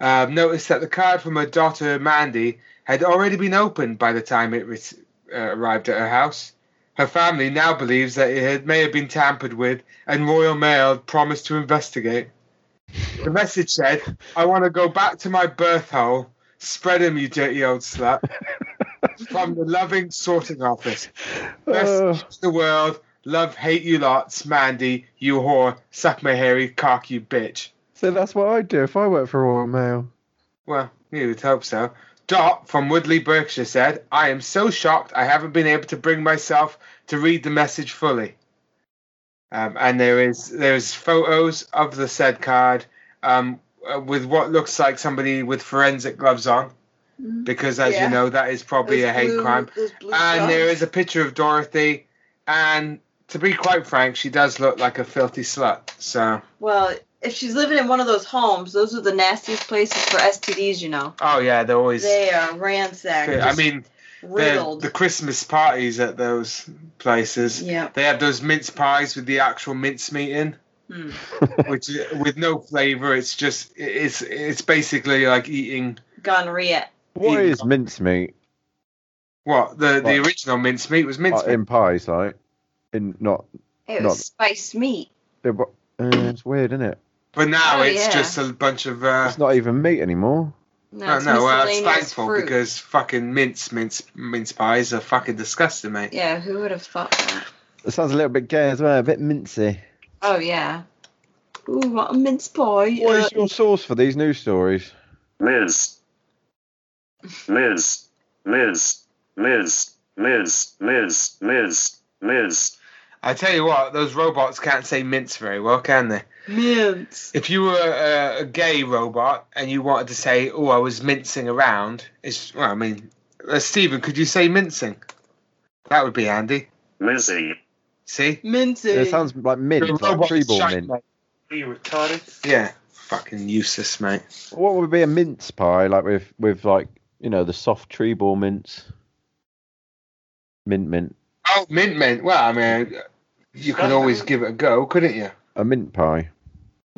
A: uh, noticed that the card from her daughter Mandy had already been opened by the time it re- uh, arrived at her house. Her family now believes that it had, may have been tampered with, and Royal Mail had promised to investigate. The message said, I want to go back to my birth hole. Spread him, you dirty old slut. From the loving sorting office. Best
H: Oh.
A: in the world. Love, hate you lots. Mandy, you whore. Suck my hairy cock, you bitch.
H: So that's what I'd do if I worked for Royal Mail.
A: Well, you would hope so. Dot from Woodley, Berkshire said, I am so shocked I haven't been able to bring myself to read the message fully. Um, and there is there is photos of the said card um, uh, with what looks like somebody with forensic gloves on,
D: Mhm.
A: because as
D: Yeah.
A: you know that is probably
D: Those
A: a hate
D: blue-
A: crime. Uh,
D: those blue
A: And there
D: dots.
A: is a picture of Dorothy, and to be quite frank, she does look like a filthy slut. So,
D: Well, if she's living in one of those homes, those are the nastiest places for STDs, you know.
A: oh yeah, they're always.
D: They are ransacked.
A: I
D: just
A: mean, the,
D: riddled.
A: the Christmas parties at those places.
D: yeah.
A: They have those mince pies with the actual mince meat in,
D: [laughs] Hmm.
A: which uh, with no flavor. It's just it's it's basically like eating
D: Gonorrhea.
H: What
A: Eating
H: is mincemeat
A: what the the
H: What?
A: original mince meat was mince
H: uh,
A: meat.
H: in pies, like? In not.
D: It was
H: Not-
D: spiced meat.
H: it wa- uh, it's weird, isn't it?
A: But now
D: Oh,
A: it's
D: yeah.
A: just a bunch of uh,
H: It's not even meat anymore.
D: No,
A: no,
D: it's
A: no well, it's
D: miscellaneous
A: thankful
D: fruit.
A: uh, because fucking mince mince mince pies are fucking disgusting, mate.
D: Yeah, who would have thought that?
H: It sounds a little bit gay as well, a bit mincy.
D: Oh yeah. Ooh, what a mince pie.
H: What
D: Uh,
H: is your source for these news stories?
G: Miz. Miz. Miz. Miz. Miz. Miz. Miz. Miz.
A: I tell you what, those robots can't say mince very well, can they?
D: Uh, mince.
A: If you were a, a gay robot and you wanted to say, "Oh, I was mincing around," it's well, I mean, uh, Stephen, could you say mincing? That would be handy.
G: Mizzy.
A: See,
D: Mincing.
H: It sounds like mint,
A: Your
H: like
A: robot's
H: tree ball
A: shite,
H: mint.
A: mate.
F: Are you retarded?
A: Yeah, fucking useless, mate.
H: What would be a mince pie like with with like you know the soft tree ball mints? Mint mint
A: Oh, mint, mint. Well, I mean, you could always give it a go, couldn't you?
H: a mint pie.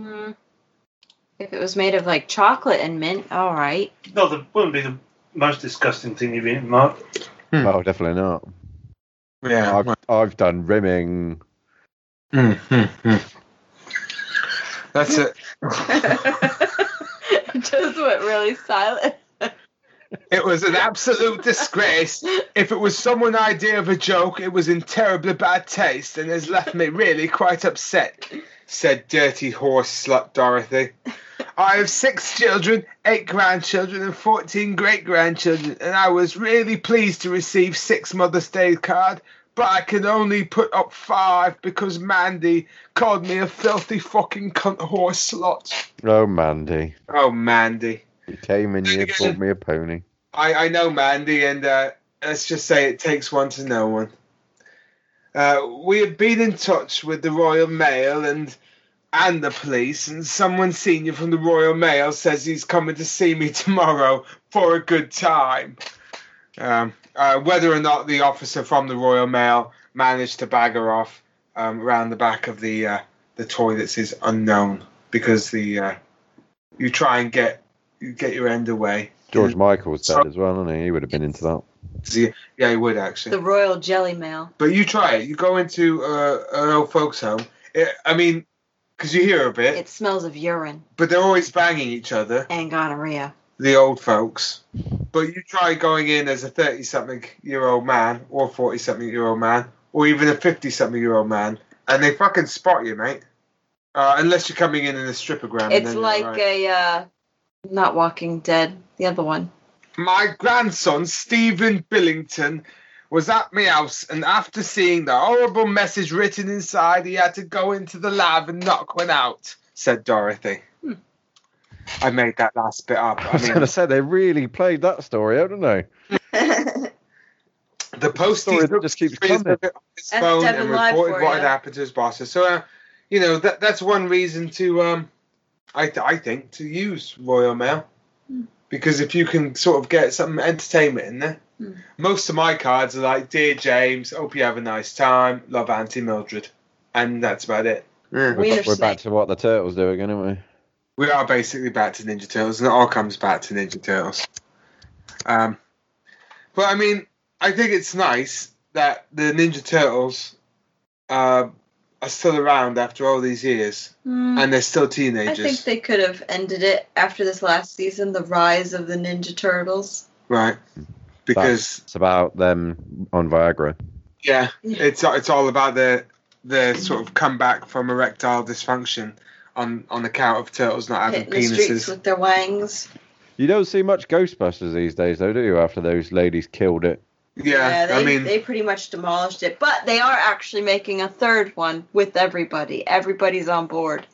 D: Hmm. If it was made of like chocolate and mint, all right. [laughs]
F: No, that wouldn't be the most disgusting thing you've eaten, Mark.
A: Hmm.
H: Oh, definitely not.
A: Yeah.
H: I've I've done rimming.
A: Mm, mm, mm. That's it.
D: Just went really silent.
A: It was an absolute [laughs] disgrace. If it was someone's idea of a joke, it was in terribly bad taste and has left me really quite upset, said dirty horse slut Dorothy. I have six children, eight grandchildren, and 14 great grandchildren, and I was really pleased to receive six Mother's Day card, but I can only put up five because Mandy called me a filthy fucking cunt horse slut.
H: Oh, Mandy,
A: Oh, Mandy.
H: you came in here, bought me a pony.
A: I, I know Mandy, and uh, let's just say it takes one to know one. Uh, we have been in touch with the Royal Mail and and the police, and someone senior from the Royal Mail says he's coming to see me [laughs] tomorrow for a good time. Um, uh, whether or not the officer from the Royal Mail managed to bag her off um, around the back of the uh, the toilets is unknown because the uh, you try and get you get your end away.
H: George Michael's dead as well, isn't he? He would have been into that.
A: Yeah, yeah, he would
D: The
A: actually.
D: royal jelly mail.
A: But you try it. You go into uh, an old folks' home. It, I mean, because you hear a bit,
D: It smells of urine
A: but they're always banging each other,
D: and gonorrhea.
A: the old folks. But you try going in as a 30 something year old man, or 40 something year old man, or even a 50 something year old man, and they fucking spot you, mate. Uh, unless you're coming in in a strippogram.
D: It's like a uh, not Walking Dead, the other one.
A: My grandson, Stephen Billington, was at my house, and after seeing the horrible message written inside, he had to go into the lab and knock one out," said Dorothy. I made that last bit up.
H: I [laughs]
A: I
H: was going to
A: mean,
H: say they really played that story out, didn't they?
D: Mm,
A: the
H: story
A: postie
H: that just keeps coming.
A: on his
D: That's
A: phone
D: Devon
A: and
D: Live
A: reported
D: for
A: what
D: you.
A: had happened to his bosses. So, uh, you know, that that's one reason to, um, I th- I think, to use Royal Mail
D: Hmm.
A: because if you can sort of get some entertainment in there.
D: Mm.
A: Most of my cards are like, "Dear James, hope you have a nice time. Love Auntie Mildred," and that's about it.
D: Wiener
H: We're, we're back
D: snake.
H: to what the turtles do again, aren't we?
A: We are basically back to Ninja Turtles, and it all comes back to Ninja Turtles. Um, but I mean, I think it's nice that the Ninja Turtles uh, are still around after all these years,
D: Hmm.
A: and they're still
D: I
A: teenagers,
D: think they could have ended it after this last season, the rise of the Ninja Turtles.
A: right? Because
H: It's about them on Viagra.
A: yeah,
D: Yeah.
A: it's it's all about the the sort of comeback from erectile dysfunction on on account of turtles not having
D: hitting the streets
A: penises.
D: with their wangs.
H: You don't see much Ghostbusters these days, though, do you? After those ladies killed it.
A: Yeah,
D: they,
A: I mean,
D: they pretty much demolished it. But they are actually making a third one with everybody. Everybody's on board.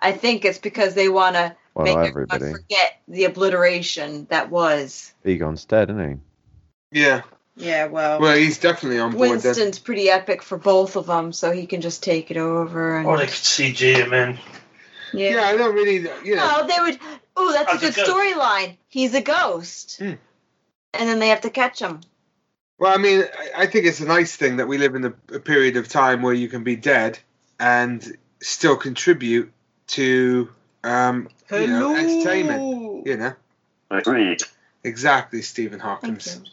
D: I think it's because they want to
H: Well,
D: make
H: not
D: everyone
H: everybody.
D: forget the obliteration that was.
H: Egon's dead, isn't
A: yeah.
D: Yeah, well,
A: Well, he's definitely on board. then.
D: Winston's pretty epic for both of them, so he can just take it over. And,
F: Or they could CG him
A: Oh,
F: in.
A: Yeah, I don't really, you know.
D: No, they would. Oh, that's a
F: As a
D: good
F: ghost.
D: storyline. He's a ghost,
A: Hmm.
D: and then they have to catch him.
A: Well, I mean, I- I think it's a nice thing that we live in a, a period of time where you can be dead and still contribute to, um, you know, entertainment. You know,
G: Agreed.
A: exactly, Stephen
D: Thank
A: Hawkins.
D: you.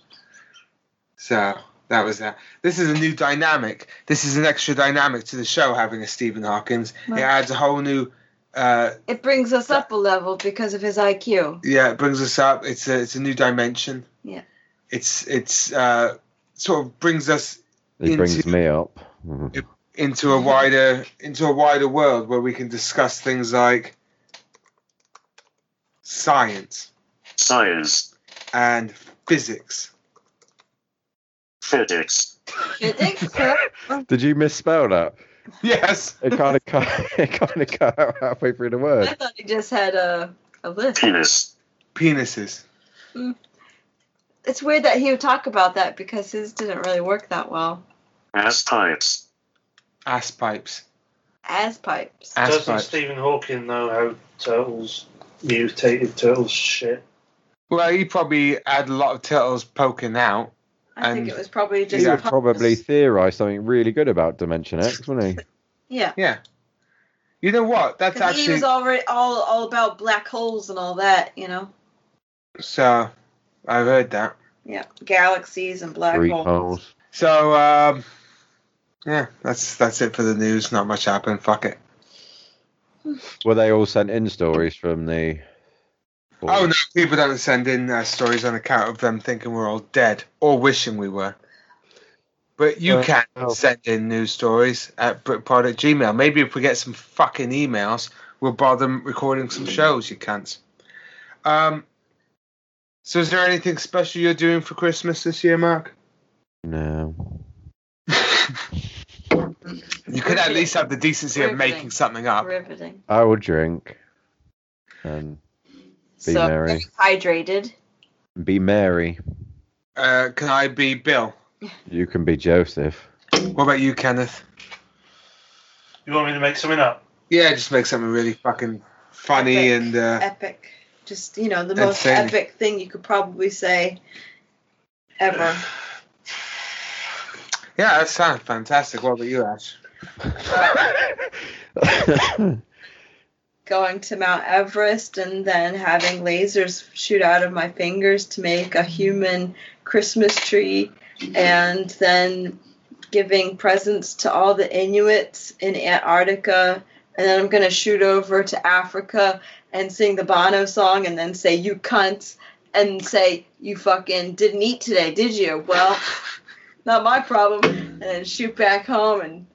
A: So that was that. This is a new dynamic. This is an extra dynamic to the show having a Stephen Hawkins.
D: Right.
A: It adds a whole new. Uh,
D: It brings us up a level because of
A: [laughs]
D: his IQ.
A: yeah, it brings us up. It's a it's a new dimension.
D: Yeah.
A: It's it's uh, sort of brings us
H: he? He
A: Into-
H: brings me up. Hmm.
A: into a wider into a wider world where we can discuss things like science
G: Science.
A: and
D: [laughs]
A: physics.
G: Physics.
D: You think so?
H: Did you misspell that?
A: Yes.
H: It kind of cut. It kind of cut out halfway through the
D: I
H: word.
D: thought he just had a, a list.
G: Penis.
A: Penises.
D: It's weird that he would talk about that because his didn't really work that well.
G: Ass pipes.
A: Ass pipes.
D: As pipes.
A: Ass
F: Doesn't
A: pipes.
F: Stephen Hawking know how turtles mutated turtles shit?
A: Well, he probably had a lot of turtles poking out.
D: I think
A: and-
D: it was probably just
H: He
A: Yeah.
H: would probably theorise something really good about Dimension X, wouldn't he?
D: yeah.
A: You know what? That's
D: Because he
A: actually
D: was already all all about black holes and all that, you know,
A: so. I've heard that.
D: yeah, galaxies and black
H: Three
D: holes.
H: holes.
A: So um, yeah, that's that's it for the news. Not much happened. Fuck it.
H: Were they all sent in stories from the?
A: Oh no, people don't send in uh, stories on account of them thinking we're all dead or wishing we were. But you
H: Well,
A: can
H: no.
A: send in news stories at BritPod at Gmail. Maybe if we get some fucking emails, we'll bother recording some shows, you cunts. Um, so is there anything special you're doing for Christmas this year, Mark?
H: No.
A: You could at least have the decency of making something up.
D: Riveting.
H: I will drink. And Be
D: so
H: merry.
D: very hydrated.
H: be Mary.
A: Uh, can I be Bill?
H: You can be Joseph. [laughs]
A: What about you, Kenneth?
F: You want me to make something up?
A: Yeah, just make something really fucking funny
D: Okay.
A: and. Uh,
D: Epic. Just you know, the
A: That's
D: most
A: saying-
D: epic thing you could probably say ever.
A: Yeah, that sounds fantastic. What about you, Ash?
D: Going to Mount Everest and then having lasers shoot out of my fingers to make a human Christmas tree, and then giving presents to all the Inuits in Antarctica. And then I'm going to shoot over to Africa and sing the Bono song and then say, You cunts, and say, You fucking didn't eat today, did you? Well, [laughs] not my problem. And then shoot back home and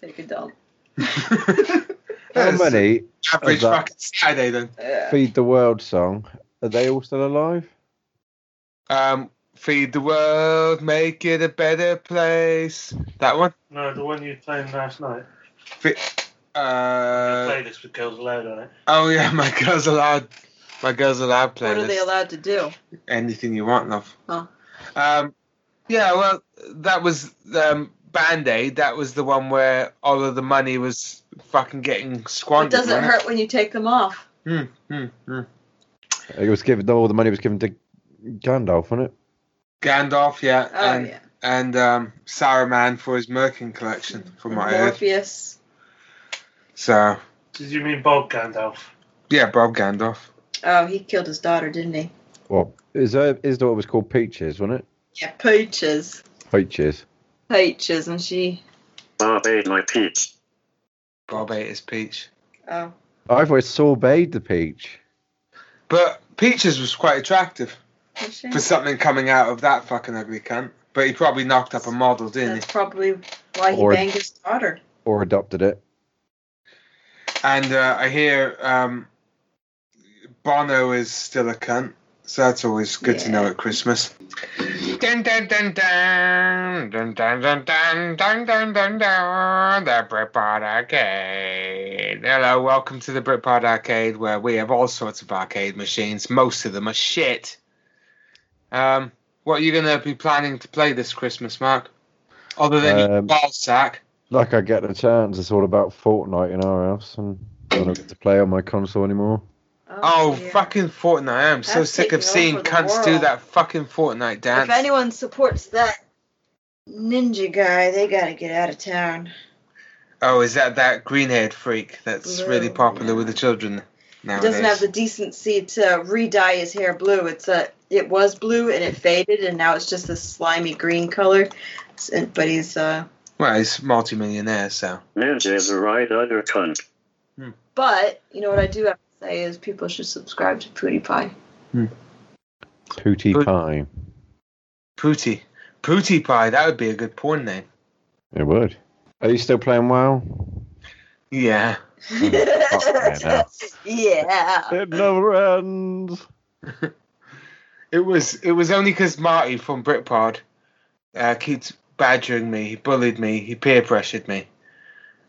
D: take a dump.
H: How
A: That's
H: many
A: Average
H: that-
A: fucking Saturday then.
D: Yeah.
H: Feed the World song? Are they all still alive?
A: Um, Feed the world, make it a better place. That one.
F: No, the one you played last night. I
A: Uh,
F: played this with Girls Aloud on it.
A: oh yeah, [laughs] my girls allowed. My girls allowed playlist.
D: What are they allowed to do?
A: anything you want, love.
D: Oh.
A: Um, yeah, well, that was um, Band Aid. That was the one where all of the money was fucking getting
D: It
A: squandered.
D: doesn't
A: wasn't
D: hurt when you take them off.
A: it? Hmm, hmm, hmm.
H: It was given all the money was given to Gandalf, wasn't it?
A: Gandalf, yeah,
D: Oh
A: and,
D: yeah.
A: and um, Saruman for his Merkin collection, from what I heard.
D: Morpheus.
A: So,
F: Did you mean Bob Gandalf?
A: yeah, Bob Gandalf.
D: Oh, he killed his daughter, didn't he?
H: Well, his, her, his daughter was called Peaches, wasn't it?
D: Yeah, Peaches.
H: Peaches.
D: Peaches, and she.
G: Bob ate my peach.
A: Bob ate his peach.
D: Oh,
H: I've always sorbet the peach.
A: But Peaches was quite attractive
D: was she?
A: for something coming out of that fucking ugly cunt. But he probably knocked up a model, didn't he?
D: That's probably why he
H: Or-
D: banged his daughter.
H: Or adopted it.
A: And uh, I hear um, Bono is still a cunt. So that's always good to know
D: Yeah.
A: at Christmas. Dun dun dun dun dun dun dun dun dun dun dun dun the Britpod Arcade. Hello, welcome to the Britpod Arcade, where we have all sorts of arcade machines. Most of them are shit. Um, what are you going to be planning to play this Christmas, Mark? Other than your
H: Um,
A: ball sack.
H: Like I get the chance, it's all about Fortnite in our house, and I don't get to play on my console anymore.
A: Oh,
D: yeah.
A: fucking Fortnite. I am so
D: That's
A: sick of
D: taking
A: seeing
D: over the
A: cunts do
D: world.
A: that fucking Fortnite dance.
D: If anyone supports that ninja guy, they gotta get out of town.
A: oh, is that that green haired freak that's
D: Blue,
A: really popular
D: yeah.
A: with the children nowadays?
D: He doesn't have the decency to re-dye his hair blue. It's a it was blue and it faded and now it's just this slimy green color. It's- and- But he's uh,
A: Well, he's multi millionaire, so.
G: Ninja is a right under cunt.
D: but you know what I do have to say is people should subscribe to PewDiePie.
H: Pooty
A: Good.
H: pie.
A: Pooty. Pooty Pie, that would be a good porn name.
H: It would. Are you still playing WoW?
A: Yeah.
H: Oh, yeah,
D: [laughs] yeah.
H: It never ends.
A: It was it was only because Marty from Britpod uh, keeps badgering me. He bullied me. He peer pressured me,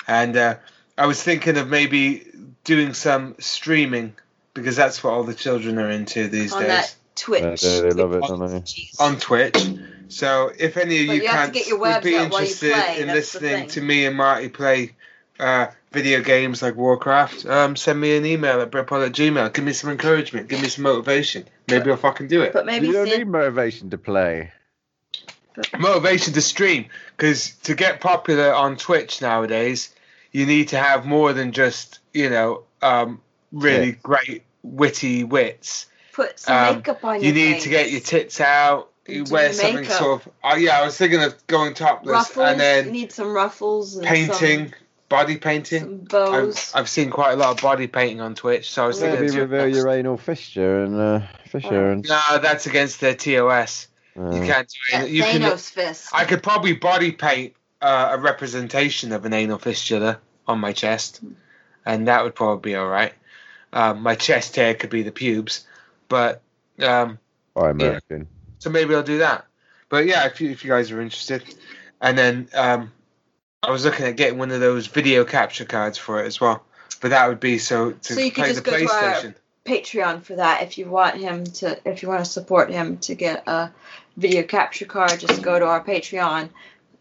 A: and uh, I was thinking of maybe doing some streaming because that's what all the children are into these
D: On
A: days
D: that Twitch.
H: Yeah, they- they love it, don't they?
D: Jeez.
A: on Twitch. So if any of
D: But
A: you,
D: you have to
A: can't
D: get your
A: would be
D: webs up while you
A: interested
D: play,
A: in
D: that's the
A: listening
D: thing.
A: to me and Marty play uh, video games like Warcraft, um, send me an email at britpod at gmail. Give me some encouragement. Give me some motivation. Maybe I'll fucking do it.
D: But maybe
H: you don't
D: San-
H: need motivation to play.
A: motivation to stream because to get popular on Twitch nowadays, you need to have more than just you know um, really great witty wits.
D: put some
A: um,
D: makeup on
A: You
D: your
A: need to get your
D: face.
A: tits out. You
D: Do
A: wear
D: your
A: something
D: makeup.
A: sort of. Uh, yeah, I was thinking of going topless
D: ruffles.
A: and
D: you
A: then
D: need some ruffles and
A: painting, um, body
D: some,
A: painting.
D: some
A: I've,
D: bows.
A: I've seen quite a lot of body painting on Twitch, so I was thinking.
H: Maybe
A: of doing
H: reveal
A: that.
H: uh, your anal fissure and uh, fissure and.
A: No, that's against their TOS. You
H: Uh,
A: can't do
D: That
A: it. You
D: Thanos
A: can
D: fist.
A: I could probably body paint uh, a representation of an anal fistula on my chest, and that would probably be all right. Um, my chest hair could be the pubes, but um,
H: by American.
A: so maybe I'll do that. But yeah, if you, if you guys are interested, and then um, I was looking at getting one of those video capture cards for it as well. But that would be so to
D: So you could
A: play the
D: just go to our-
A: PlayStation.
D: Patreon for that if you want him to if you want to support him to get a video capture card just go to our Patreon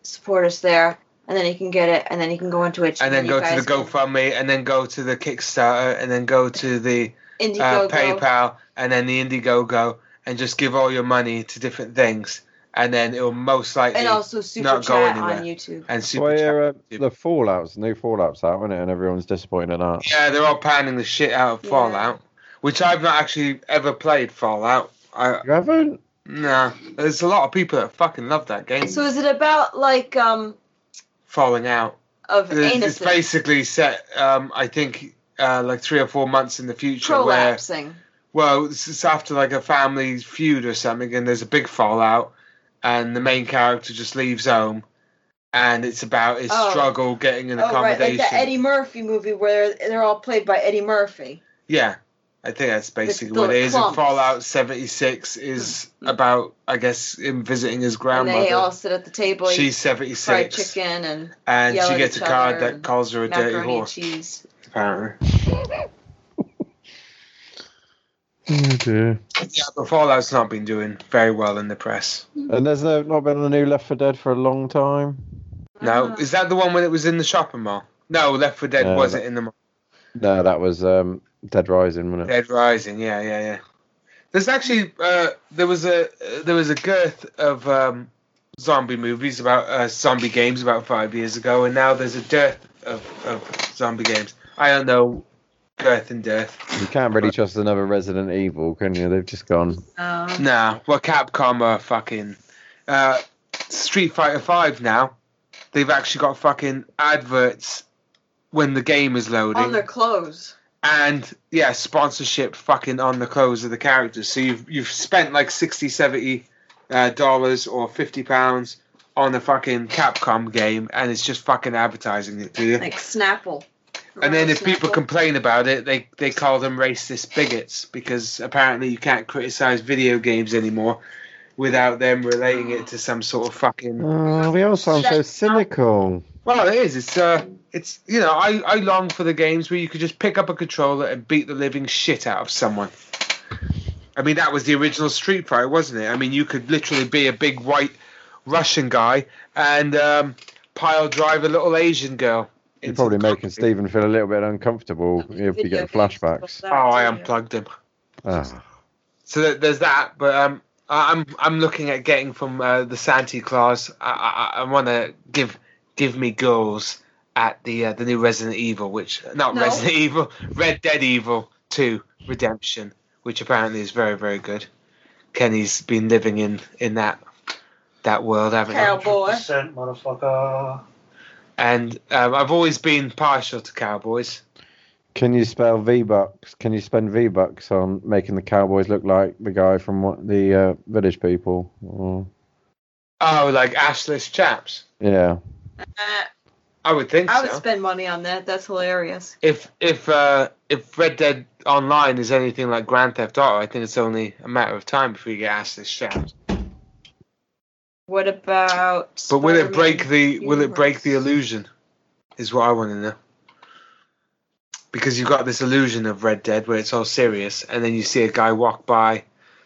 D: support us there and then you can get it and then you can go on Twitch
A: and then
D: you
A: go to the
D: guys can-
A: GoFundMe, and then go to the Kickstarter, and then go to the uh,
D: Indiegogo
A: PayPal and then the Indiegogo and just give all your money to different things, and then it'll most likely
D: and also super
A: not go
D: chat
A: anywhere.
D: on YouTube
A: and
H: Well,
A: super.
H: yeah, uh,
A: Chat.
H: the Fallout's new Fallout's out, isn't it? And everyone's disappointed in that.
A: yeah, they're all pounding the shit out of
D: Yeah.
A: Fallout, which I've not actually ever played Fallout. I
H: You haven't?
A: nah, there's a lot of people that fucking love that game.
D: so is it about like um
A: Falling out.
D: of
A: It's, it's
D: anuses
A: basically set. Um, I think. Uh, like three or four months in the future, where
D: prolapsing
A: Well, it's, it's after like a family feud or something, and there's a big fallout, and the main character just leaves home, and it's about his
D: Oh.
A: struggle getting an
D: oh right like
A: accommodation.
D: the Eddie Murphy movie where they're all played by Eddie Murphy
A: yeah, I think that's basically
D: the
A: what it is. And
D: clumps. Mm-hmm.
A: Fallout 76 is about, I guess, him visiting his
D: and they all
A: grandmother.
D: sit at the table. eat
A: She's
D: fried
A: 76,
D: chicken and
A: and
D: yell
A: she
D: at
A: gets a
D: each
A: card
D: other
A: that
D: and
A: calls her a dirty
D: macaroni and
A: horse.
D: cheese.
A: Apparently,
H: Oh, dear.
A: yeah, but Fallout's not been doing very well in the press.
H: And there's no not been a new Left 4 Dead for a long time.
A: No,
D: Ah.
A: is that the one when it was in the shopping mall? No, Left 4 Dead
H: No,
A: wasn't
H: that-
A: in the mall.
H: No, that was um, Dead Rising, wasn't it?
A: Dead Rising, yeah, yeah, yeah. There's actually uh, there was a uh, there was a girth of um, zombie movies about uh, zombie games about five years ago, and now there's a dearth of, of zombie games. I don't know girth and dearth.
H: You can't really trust another Resident Evil, can you? They've just gone.
D: Oh.
A: Nah, well, Capcom are fucking uh, Street Fighter Five now. They've actually got fucking adverts when the game is loading.
D: on their clothes.
A: and yeah sponsorship fucking on the clothes of the characters so you've you've spent like 60 70 uh, dollars or 50 pounds on a fucking capcom game and it's just fucking advertising it to you
D: Like Snapple.
A: and then
D: Remember
A: if people
D: Snapple?
A: complain about it they they call them racist bigots because apparently you can't criticize video games anymore without them relating it to some sort of fucking
H: Oh, we all sound so cynical.
A: Well, it is. It's uh, it's you know, I I long for the games where you could just pick up a controller and beat the living shit out of someone. I mean, that was the original Street Fighter, wasn't it? I mean, you could literally be a big white Russian guy and um, pile drive a little Asian girl.
H: You're
A: into
H: probably
A: the
H: making
A: concrete.
H: Stephen feel a little bit uncomfortable if you
D: Video
H: get
D: games,
H: flashbacks.
D: but that
A: Oh, I
D: too.
A: unplugged him.
H: Ah.
A: So that, there's that, but um, I- I'm I'm looking at getting from uh, the Santa Claus. I I, I want to give give me girls at the uh, the new Resident Evil, which not
D: No.
A: Resident Evil, Red Dead Evil Two Redemption, which apparently is very very good. Kenny's been living in in that that world, haven't I?
D: Cowboy.
F: Percent, motherfucker.
A: And um, I've always been partial to cowboys.
H: Can you spell V bucks? Can you spend V bucks on making the Cowboys look like the guy from what the uh, Village People? Or,
A: Oh, like ashless chaps.
H: yeah,
D: Uh,
A: I would think
D: I
A: so.
D: would spend money on that. That's hilarious.
A: if if uh, if Red Dead Online is anything like Grand Theft Auto, I think it's only a matter of time before you get asked this shout.
D: What about?
A: But will it break
D: Spider-Man?
A: the will it break the
D: Universe?
A: illusion? Is what I want to know. Because you've got this illusion of Red Dead where it's all serious, and then you see a guy walk by,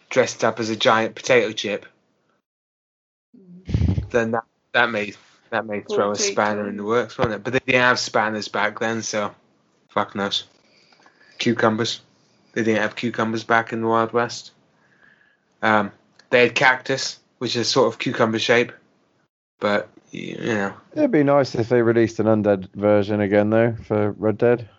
A: dressed up as a giant potato chip. Then that that may that may throw a
D: Potato.
A: spanner in the works, won't it? But they didn't have spanners back then, so fuck knows. Cucumbers. They didn't have cucumbers back in the Wild West. Um, they had cactus, which is sort of cucumber shape, but y- you know,
H: it'd be nice if they released an undead version again, though, for Red Dead.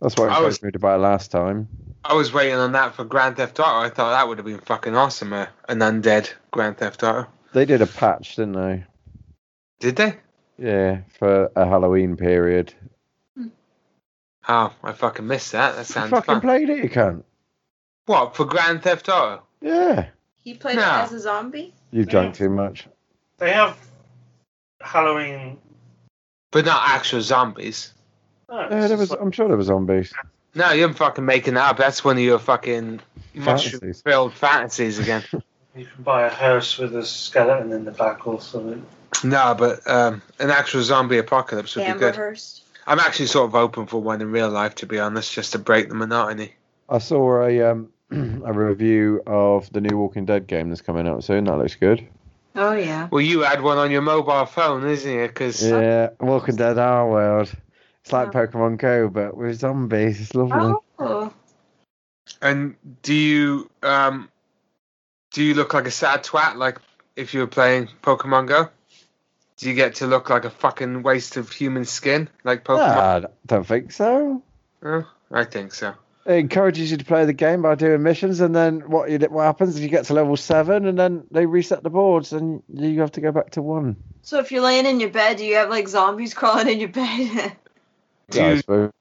H: That's what
A: I was-
H: encouraged me to buy it last time.
A: I was waiting on that for Grand Theft Auto. I thought that would have been fucking awesome, uh, an undead Grand Theft Auto.
H: They did a patch, didn't they?
A: Did they?
H: Yeah, for a Halloween period.
A: Oh, I fucking missed that. That
H: You
A: sounds
H: fucking
A: fun.
H: played it, you cunt.
A: what for Grand Theft Auto?
H: Yeah,
D: He played
A: No.
D: it as a zombie.
H: you've drank too much.
F: They have Halloween.
A: But not actual zombies.
F: No,
H: Yeah,
F: Oh, it's
H: there was.
F: just like-
H: I'm sure there was zombies.
A: No, you're fucking making that up. That's one of your fucking
H: Fantasies.
A: mushroom-filled fantasies
H: [laughs]
A: again.
F: you can buy a house with a skeleton in the back or something.
A: no, but um, an actual zombie apocalypse would be good.
D: Amberhurst.
A: I'm actually sort of open for one in real life, to be honest, just to break the monotony.
H: I saw a um, [clears throat] a review of the new Walking Dead game that's coming out soon. That looks good.
D: Oh yeah.
A: Well, you had one on your mobile phone, isn't you? Because
H: Yeah, Walking Dead Our World. It's like
D: Oh.
H: Pokemon Go, but with zombies. It's lovely.
D: Oh.
A: and do you um, do you look like a sad twat like if you were playing Pokemon Go? Do you get to look like a fucking waste of human skin like Pokemon?
H: Nah, I don't think so.
A: Oh, I think so.
H: It encourages you to play the game by doing missions, and then what you, what happens is you get to level seven, and then they reset the boards, and you have to go back to one.
D: So if you're laying in your bed, do you have like zombies [laughs] crawling in your bed?
A: Do
H: Yeah, I
A: you-
H: suppose.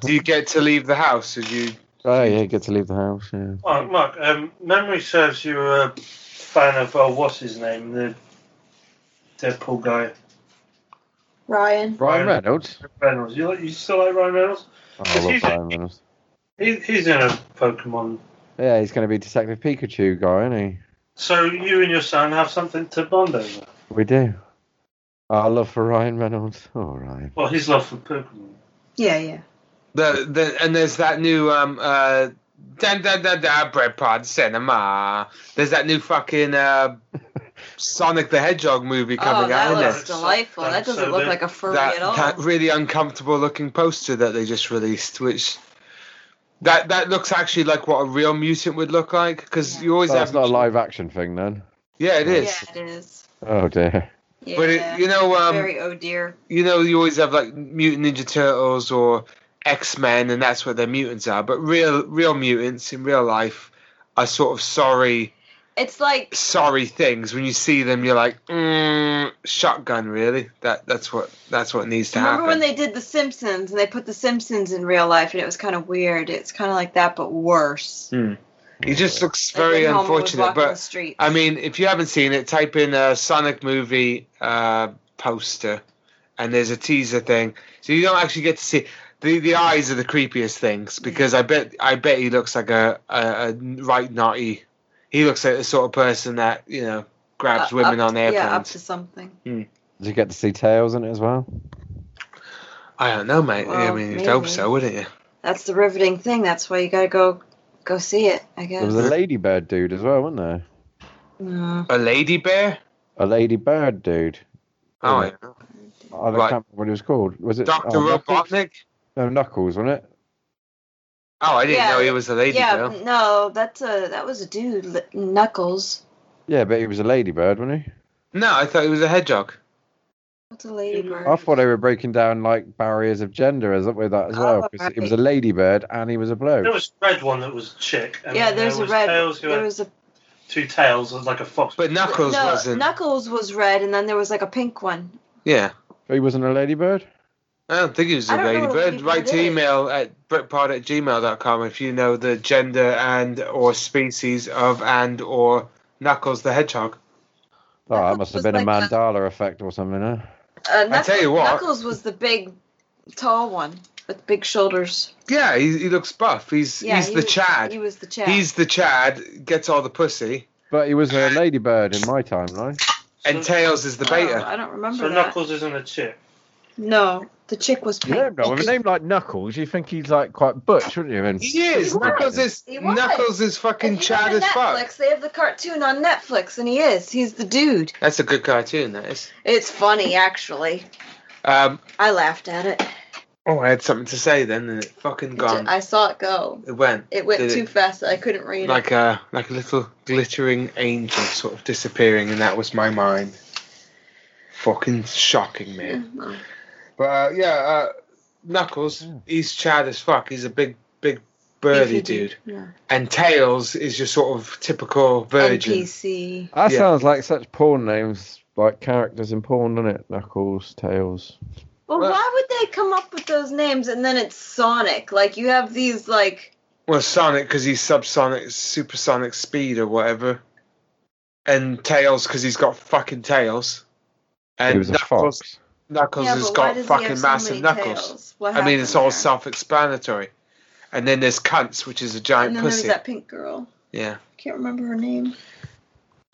A: Do you get to leave the house? Or do you
H: Oh yeah, you get to leave the house. Yeah.
F: Mark, Mark um, memory serves you were a fan of uh, what's his name, the Deadpool guy,
H: Ryan
D: Ryan.
F: Ryan-
H: Reynolds.
F: Reynolds. You, like- you still like Ryan Reynolds?
A: [laughs]
H: Oh, I love Ryan Reynolds.
F: He, he's in a Pokemon.
H: Yeah, he's going to be Detective Pikachu guy, isn't he?
F: So you and your son have something to bond over.
H: We do. Our love for Ryan Reynolds. All right.
F: Well, his love for Pokemon.
D: Yeah, yeah.
A: The, the and there's that new um uh da da da da bread pod cinema. There's that new fucking uh Sonic the Hedgehog movie
D: Oh,
A: coming
D: that
A: out,
D: looks
A: isn't it?
D: delightful. That doesn't look like a furry
A: That
D: at all.
A: that really uncomfortable looking poster that they just released, which. That, that looks actually like what a real mutant would look like because you always
H: Oh,
A: have
H: that's not a live action thing then.
A: yeah it is
D: Yeah, it is.
H: Oh dear.
D: Yeah.
A: but it, you know um,
D: very oh dear.
A: you know you always have like mutant ninja turtles or x-men and that's where their mutants are but real real mutants in real life are sort of sorry
D: It's like
A: sorry things when you see them you're like mm, shotgun really that that's what that's what needs to
D: remember
A: happen
D: when they did The Simpsons and they put The Simpsons in real life and it was kind of weird. It's kind of like that but worse.
A: it just looks
D: Like
A: very
D: when Homer was
A: unfortunate
D: walking the
A: but
D: streets.
A: i mean if you haven't seen it type in a sonic movie uh, poster and there's a teaser thing so you don't actually get to see the the eyes are the creepiest things because i bet i bet he looks like a, a, a right naughty he looks like the sort of person that you know grabs
D: Uh,
A: women
D: up-
A: on
D: Yeah, up
A: airplanes
D: to something.
H: Did you get to see Tails in it as well?
A: i don't know mate i
D: Well,
A: mean you'd hope
D: maybe.
A: so wouldn't you
D: That's the riveting thing. That's why you gotta go go see it. I guess.
H: There was a ladybird dude as well, wasn't there?
D: Mm.
A: a lady bear
H: A ladybird dude.
A: oh
H: Yeah.
A: yeah.
H: I
A: Right.
H: can't remember what he was called. Was it
A: dr
H: oh, Knuckles?
A: robotnik
H: No, Knuckles, wasn't it?
A: oh i didn't
D: Yeah.
A: know he was a lady
D: Yeah,
A: bear
D: no, that's a that was a dude, Li- Knuckles.
H: Yeah, but he was a ladybird, wasn't he?
A: no i thought he was a hedgehog
D: What's a ladybird?
H: I thought they were breaking down like barriers of gender as with that as well. 'cause
D: Oh,
H: it
D: right.
H: was a ladybird and he was a bloke.
F: There was a red one that was chick. And
D: yeah,
F: then
D: there's a
F: there was
D: red.
F: Tails who
D: there
F: had
D: was a
F: two tails, was like a fox.
A: but knuckles
D: no,
A: wasn't
D: Knuckles was red, and then there was like a pink one.
A: yeah
H: But he wasn't a ladybird?
A: I don't think it was
D: I
A: a
D: don't know
A: lady
D: what
A: bird.
D: Lady
A: Write
D: Bird
A: to
D: is.
A: email at britpod at gmail.com if you know the gender and or species of and or Knuckles the Hedgehog.
H: Oh, that
D: Knuckles
H: must have
D: was
H: been a
D: like a-
H: mandala effect or something, huh?
D: Uh, Knuckles,
A: tell you what.
D: Knuckles was the big, tall one with big shoulders.
A: Yeah, he, he looks buff. He's
D: Yeah,
A: he's the
D: he was-
A: Chad.
D: He was the Chad.
A: He's the Chad, gets all the pussy,
H: But he was a ladybird in my timeline.
A: and
F: so,
A: Tails is the
D: Oh,
A: beta.
D: I don't remember
F: so
D: that.
F: Knuckles isn't a chick.
D: No, the chick was
C: You
D: pink.
C: don't know. With a name like Knuckles, you think he's like quite butch, wouldn't you? And
A: He is.
D: He was.
A: Knuckles is
D: He was.
A: Knuckles is fucking
D: If you go
A: Chad
D: to
A: as fuck.
D: Netflix, they have the cartoon on Netflix, and he is. He's the dude.
A: That's a good cartoon, that is.
D: It's funny, actually.
A: Um,
D: I laughed at it.
A: oh, I had something to say then, and it fucking gone.
D: I saw it go.
A: It went.
D: It went
A: Did it-
D: too fast. I couldn't read it.
A: like a like a little glittering angel sort of disappearing and that was my mind fucking shocking man
D: No.
A: but uh, yeah uh, knuckles he's chad as fuck he's a big big burly
D: Beefy
A: dude
D: Yeah.
A: and tails is your sort of typical virgin
D: NPC.
H: That
A: Yeah.
H: sounds like such porn names, like characters in porn, doesn't it? Knuckles, Tails.
D: Well,
A: Well-
D: why would they come up with those names and then it's Sonic? Like you have these like
A: well sonic because he's subsonic supersonic speed or whatever and tails because he's got fucking tails
H: he
A: and
H: was a
A: knuckles,
H: fox.
A: knuckles
D: yeah,
A: has
D: but why
A: got
D: does he have
A: fucking
D: so
A: massive
D: many
A: knuckles
D: tails? What
A: I mean, it's all
D: happened there?
A: self-explanatory. And then there's cunts, which is a
D: And
A: giant
D: then there was
A: pussy.
D: that pink girl.
A: Yeah.
D: I can't remember her name.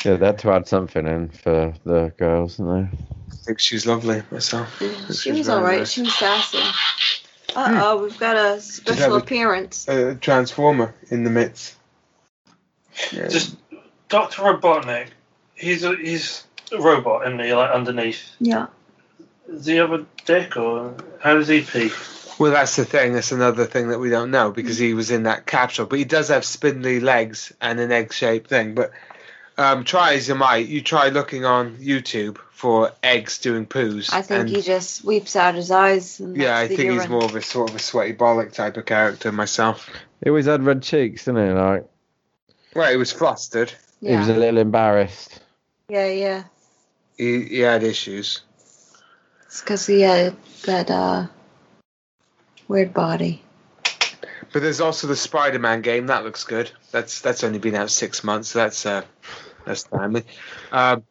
H: Yeah, they had to add something in for the girls, didn't
A: I think she's lovely myself.
D: She
A: was
D: was
A: very
D: all right.
A: nice. Hmm.
D: She was sassy. Uh oh, we've got a special
A: have a-
D: appearance.
A: A transformer in the midst. Yeah.
F: Just Doctor Robotnik. He's a he's a robot, isn't he? Like underneath.
D: Yeah.
F: Does he have a dick or how does he pee?
A: Well, that's the thing. That's another thing that we don't know because he was in that capsule. But he does have spindly legs and an egg-shaped thing. But um, try as you might, you try looking on YouTube for eggs doing poos.
D: I think
A: and-
D: he just weeps out his eyes. And
A: Yeah,
D: that's
A: I
D: the
A: think he's
D: urine.
A: more of a sort of a sweaty bollock type of character myself.
H: he? He always had red cheeks, didn't he? Like
A: Well, he was flustered.
D: Yeah.
H: he was a little embarrassed.
D: yeah, yeah.
A: He, he had issues.
D: It's because he had that uh, weird body.
A: But there's also the Spider-Man game that looks good. That's that's only been out six months. So that's uh, that's timely. Um,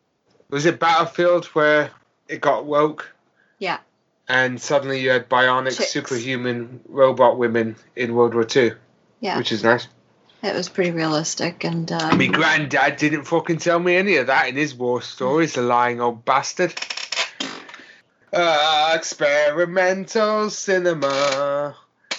A: was it Battlefield where it got woke?
D: Yeah.
A: And suddenly you had bionic,
D: Chicks.
A: superhuman robot women in World War Two.
D: Yeah,
A: which is nice.
D: it was pretty realistic, and uh,
A: My granddad didn't fucking tell me any of that in his war stories, the lying old bastard. Uh, experimental cinema.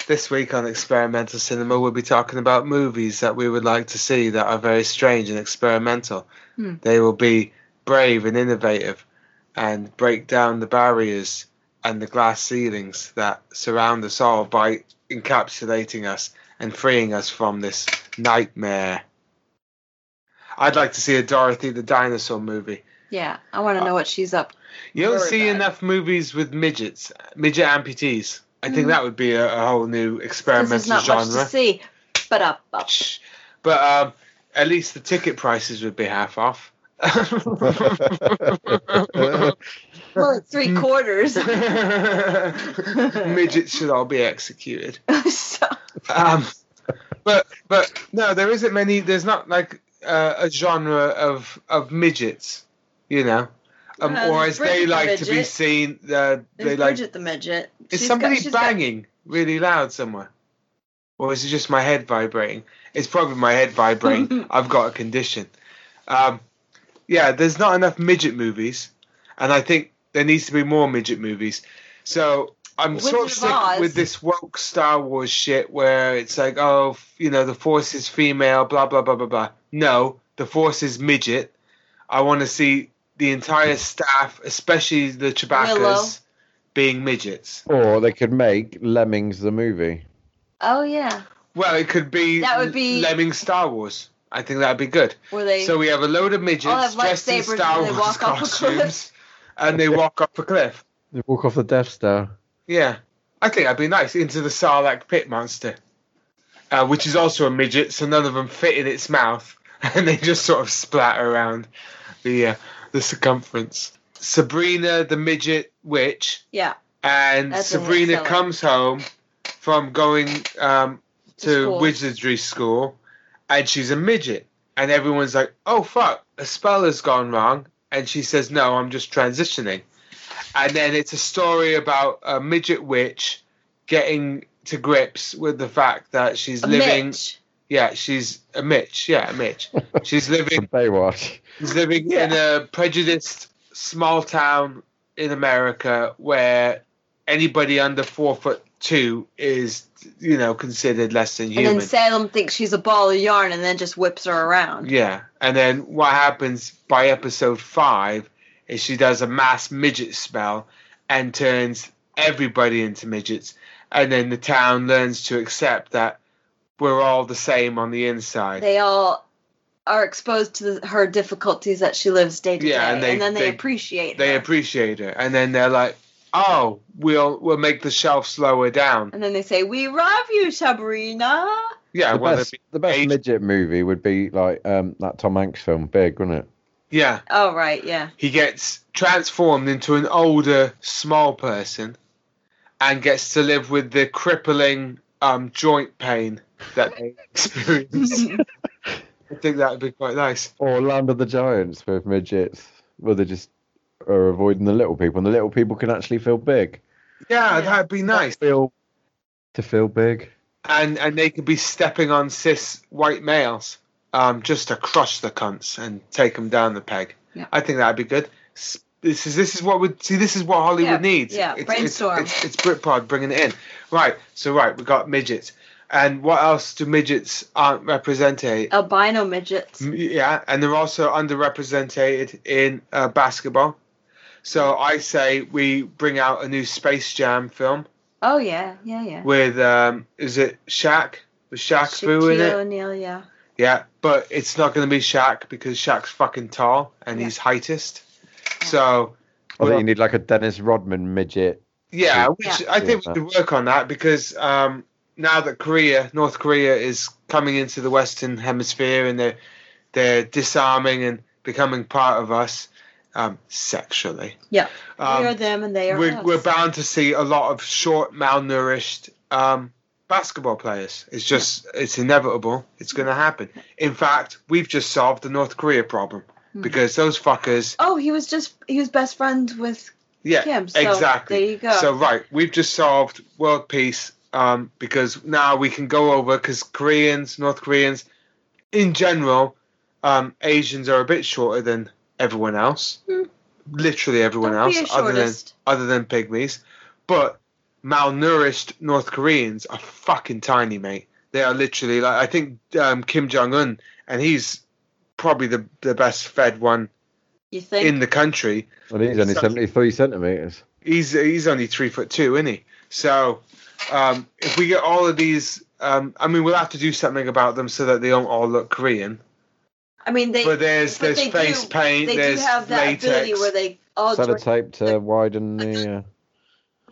A: This week on experimental cinema, we'll be talking about movies that we would like to see that are very strange and experimental.
D: Hmm.
A: They will be brave and innovative and break down the barriers and the glass ceilings that surround us all by encapsulating us and freeing us from this nightmare. I'd like to see a Dorothy the Dinosaur movie.
D: yeah, I want to know what she's up.
A: You don't
D: Very
A: see
D: bad.
A: enough movies with midgets, midget amputees. I think
D: Mm.
A: that would be a, a whole new
D: 'cause There's
A: experimental
D: not much to
A: genre.
D: see, but up, up.
A: Shh. But um, at least the ticket prices would be half
D: [laughs]
A: off. [laughs]
D: Well, it's three
A: Mm. [laughs]
D: quarters.
A: Midgets should all be executed.
D: so,
A: um, but but no, there isn't many. There's not like uh, a genre of of midgets, you know, um,
D: Uh,
A: or
D: there's
A: as they
D: Bridget the
A: like to be
D: midget.
A: seen. Uh, they
D: there's
A: like
D: Bridget the midget.
A: is
D: She's
A: somebody
D: got- she's got-
A: banging really loud somewhere, or is it just my head vibrating? It's probably my head
D: [laughs]
A: vibrating. I've got a condition. Um, yeah, there's not enough midget movies, and I think there needs to be more midget movies. So I'm sort
D: Wizard
A: of
D: of
A: sick
D: Oz.
A: with this woke Star Wars shit where it's like, oh, f- you know, the Force is female, blah blah blah blah blah. No, the Force is midget. I want to see the entire staff, especially the Chewbacca's,
D: Willow.
A: being midgets.
H: Or they could make Lemmings the movie.
D: oh yeah,
A: Well, it could be
D: That would be-
A: Lemming Star Wars. I think that'd be good.
D: were they?
A: So we have a load of
D: All
A: midgets
D: have
A: dressed in
D: lightsabers
A: Star
D: and they
A: Wars
D: walk off a cliff.
A: costumes, and they walk off a cliff.
H: They walk off the Death Star.
A: Yeah, I think that'd be nice. Into the Sarlacc pit monster, uh, which is also a midget, so none of them fit in its mouth, [laughs] and they just sort of splatter around the uh, the circumference. Sabrina the midget witch,
D: yeah,
A: and
D: That's a nice
A: Sabrina
D: fellow.
A: comes home from going um,
D: to
A: to
D: school.
A: wizardry school and she's a midget and everyone's like oh fuck a spell has gone wrong and she says no i'm just transitioning and then it's a story about a midget witch getting to grips with the fact that she's
D: A
A: living
D: Mitch.
A: yeah she's a mitch yeah a mitch she's living
H: Baywatch. [laughs]
A: He's living in a prejudiced small town in America where anybody under four foot two is, you know, considered less than
D: And
A: human.
D: then Salem thinks she's a ball of yarn and then just whips her around.
A: yeah, and then what happens by episode five is she does a mass midget spell and turns everybody into midgets, and then the town learns to accept that we're all the same on the inside.
D: They all are exposed to the, her difficulties that she lives day to
A: Yeah,
D: day,
A: and they-
D: then they,
A: they-
D: appreciate
A: they
D: her.
A: appreciate her, and then they're like, "Oh, we'll we'll make the shelves lower down."
D: and then they say, "We love you, Sabrina."
A: Yeah,
H: the
A: well,
H: best,
A: that'd
H: the best
A: Asian-
H: midget movie would be like um, that Tom Hanks film, Big, wouldn't it?
A: be- yeah,
D: Oh right, yeah.
A: he gets transformed into an older, small person, and gets to live with the crippling um, joint pain that they [laughs] experience. I think that would be quite nice.
H: Or Land of the Giants with midgets, where they just are avoiding the little people, and the little people can actually feel big.
A: Yeah,
D: Yeah.
A: that'd be nice.
H: Feel to feel big.
A: And and they could be stepping on cis white males, um, just to crush the cunts and take them down the peg.
D: Yeah.
A: I think that'd be good. S- This is this is what would see. This is what Hollywood
D: Yeah,
A: needs.
D: yeah,
A: it's,
D: brainstorm.
A: It's, it's, it's Britpod bringing it in. Right. So right, we got midgets. And what else do midgets aren't represented?
D: Albino midgets.
A: M- Yeah, and they're also underrepresented in uh, basketball. So I say we bring out a new Space Jam film
D: Oh yeah, yeah, yeah.
A: with um, is it Shaq? With Shaq Fu in it?
D: Shaquille O'Neal, yeah.
A: Yeah, but it's not going to be Shaq because Shaq's fucking tall and
D: Yeah.
A: he's heightist. So
H: I
A: Well-
H: think you need like a Dennis Rodman midget.
A: yeah,
H: Yeah.
A: which I think we could work on that because um, now that Korea, North Korea, is coming into the Western Hemisphere and they're they're disarming and becoming part of us um, sexually.
D: Yeah.
A: um,
D: we are them and they are
A: we're,
D: us.
A: we're bound to see a lot of short, malnourished um, basketball players. It's just, it's inevitable. It's going to happen. In fact, we've just solved the North Korea problem
D: Hmm.
A: because those fuckers.
D: Oh, he was just he was best friends with
A: Yeah,
D: Kim. So
A: exactly.
D: There you go.
A: So right, we've just solved world peace um, because now we can go over because Koreans, North Koreans, in general, um, Asians are a bit shorter than everyone else.
D: Hmm.
A: Literally everyone
D: Don't be
A: else,
D: a
A: other than
D: shortest.
A: other than pygmies. But malnourished North Koreans are fucking tiny, mate. They are literally like I think um, Kim Jong Un, and he's probably the the best fed one
D: You think?
A: in the country.
H: Well, he's only
A: So-
H: 73 centimetres.
A: He's he's only three foot two, isn't he? So um, if we get all of these, um, I mean, we'll have to do something about them so that they don't all look Korean.
D: I mean, they
A: but there's there's
D: but they
A: face
D: do,
A: paint,
D: they
A: there's
D: do have that
A: latex.
D: ability where they all join,
H: Sellotape to widen the. Uh,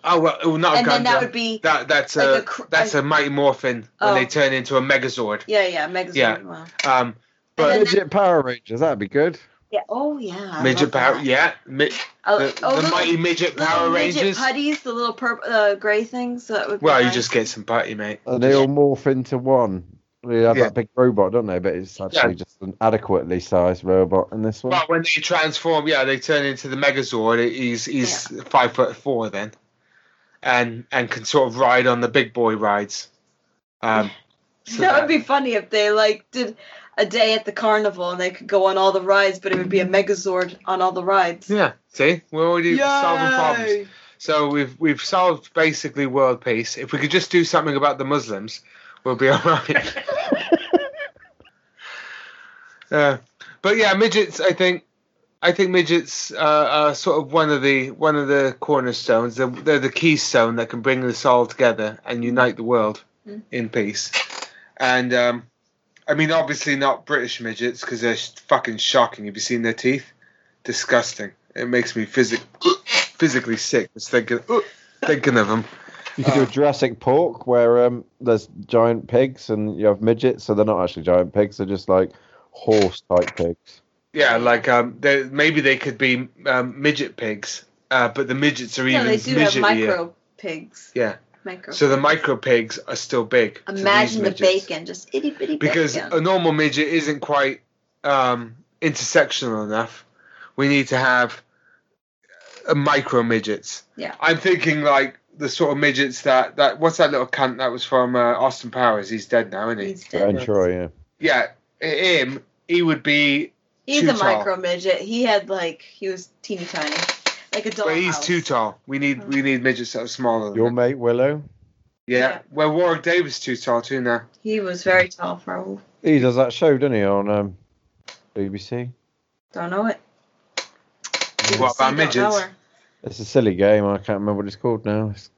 A: oh well, oh, not
D: and
A: a
D: then that
A: Gundam.
D: would be
A: that that's
D: like
A: a,
D: a cr-
A: that's a Mighty Morphin when
D: Oh.
A: they turn into a Megazord.
D: yeah, yeah, magazine.
A: Yeah.
D: Wow.
A: Um,
D: And
A: but
D: then
H: midget Power Rangers, that'd be good.
D: Yeah. Oh yeah. I
A: midget
D: love that.
A: power, yeah, mi-
D: Oh,
A: the,
D: oh,
A: the
D: little-
A: mighty midget
D: little
A: Power
D: midget
A: Rangers.
D: putties, the little purple, uh, grey things. That would. be
A: Well, you
D: nice.
A: just get some putty, mate.
H: And they all morph into one. They have
A: Yeah.
H: that big robot, don't they? But it's actually just an adequately sized robot in this one.
A: Well, when they transform, yeah, they turn into the Megazord. He's he's five foot four then, and and can sort of ride on the big boy rides. Um, so
D: [laughs] That would be funny if they like did a day at the carnival and they could go on all the rides, but it would be a Megazord on all the rides.
A: yeah. See, we're already solving problems. So we've we've solved basically world peace. If we could just do something about the Muslims, we'll be all right. uh, but yeah, midgets. I think I think midgets uh, are sort of one of the one of the cornerstones. They're, they're the keystone that can bring this all together and unite the world
D: Mm.
A: in peace. And um, I mean, obviously not British midgets because they're sh- fucking shocking. Have you seen their teeth? Disgusting. It makes me physic- physically sick just thinking thinking of them.
H: You could do a
A: uh,
H: Jurassic Pork where um, there's giant pigs and you have midgets, so they're not actually giant pigs, they're just like horse type pigs.
A: Yeah, like um, they, maybe they could be um, midget pigs, uh, but the midgets are
D: Yeah,
A: even
D: they do have
A: midgetier.
D: micro pigs.
A: Yeah.
D: Micro.
A: So the micro pigs are still big. to these
D: Imagine the
A: midgets.
D: bacon, just itty bitty
A: Because uh,
D: bacon.
A: a normal midget isn't quite um, intersectional enough. We need to have uh, micro midgets.
D: Yeah.
A: I'm thinking like the sort of midgets that that what's that little cunt that was from uh, Austin Powers? He's dead now, isn't he?
D: He's, dead.
H: And Troy, yeah.
A: yeah, him. He would be
D: He's
A: too
D: a
A: tall.
D: micro midget. He had like he was teeny tiny, like a Mm. doll.
A: But he's too tall. We need we need midgets that are smaller. Than
H: Your
A: him.
H: mate Willow,
A: yeah.
D: yeah.
A: Well, Warwick Davis too tall too now.
D: He was very tall for a
H: he does that show, doesn't he, on um, BBC?
D: don't know it.
A: What
D: Don't
A: about
D: know
A: midgets?
D: her.
H: It's a silly game. I can't remember what it's called now. It's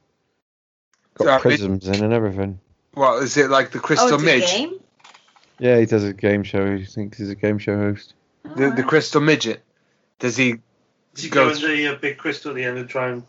H: got
A: Uh, mid-
H: prisms in and everything.
A: What is it like the
D: Oh,
A: Crystal
D: it's a
A: Midge?
D: game.
H: Yeah, he does a game show. He thinks he's a game show host.
A: The,
D: Oh.
A: the Crystal Midget. Does he
F: Did you
A: Go
F: go in the uh, big crystal at the end and try and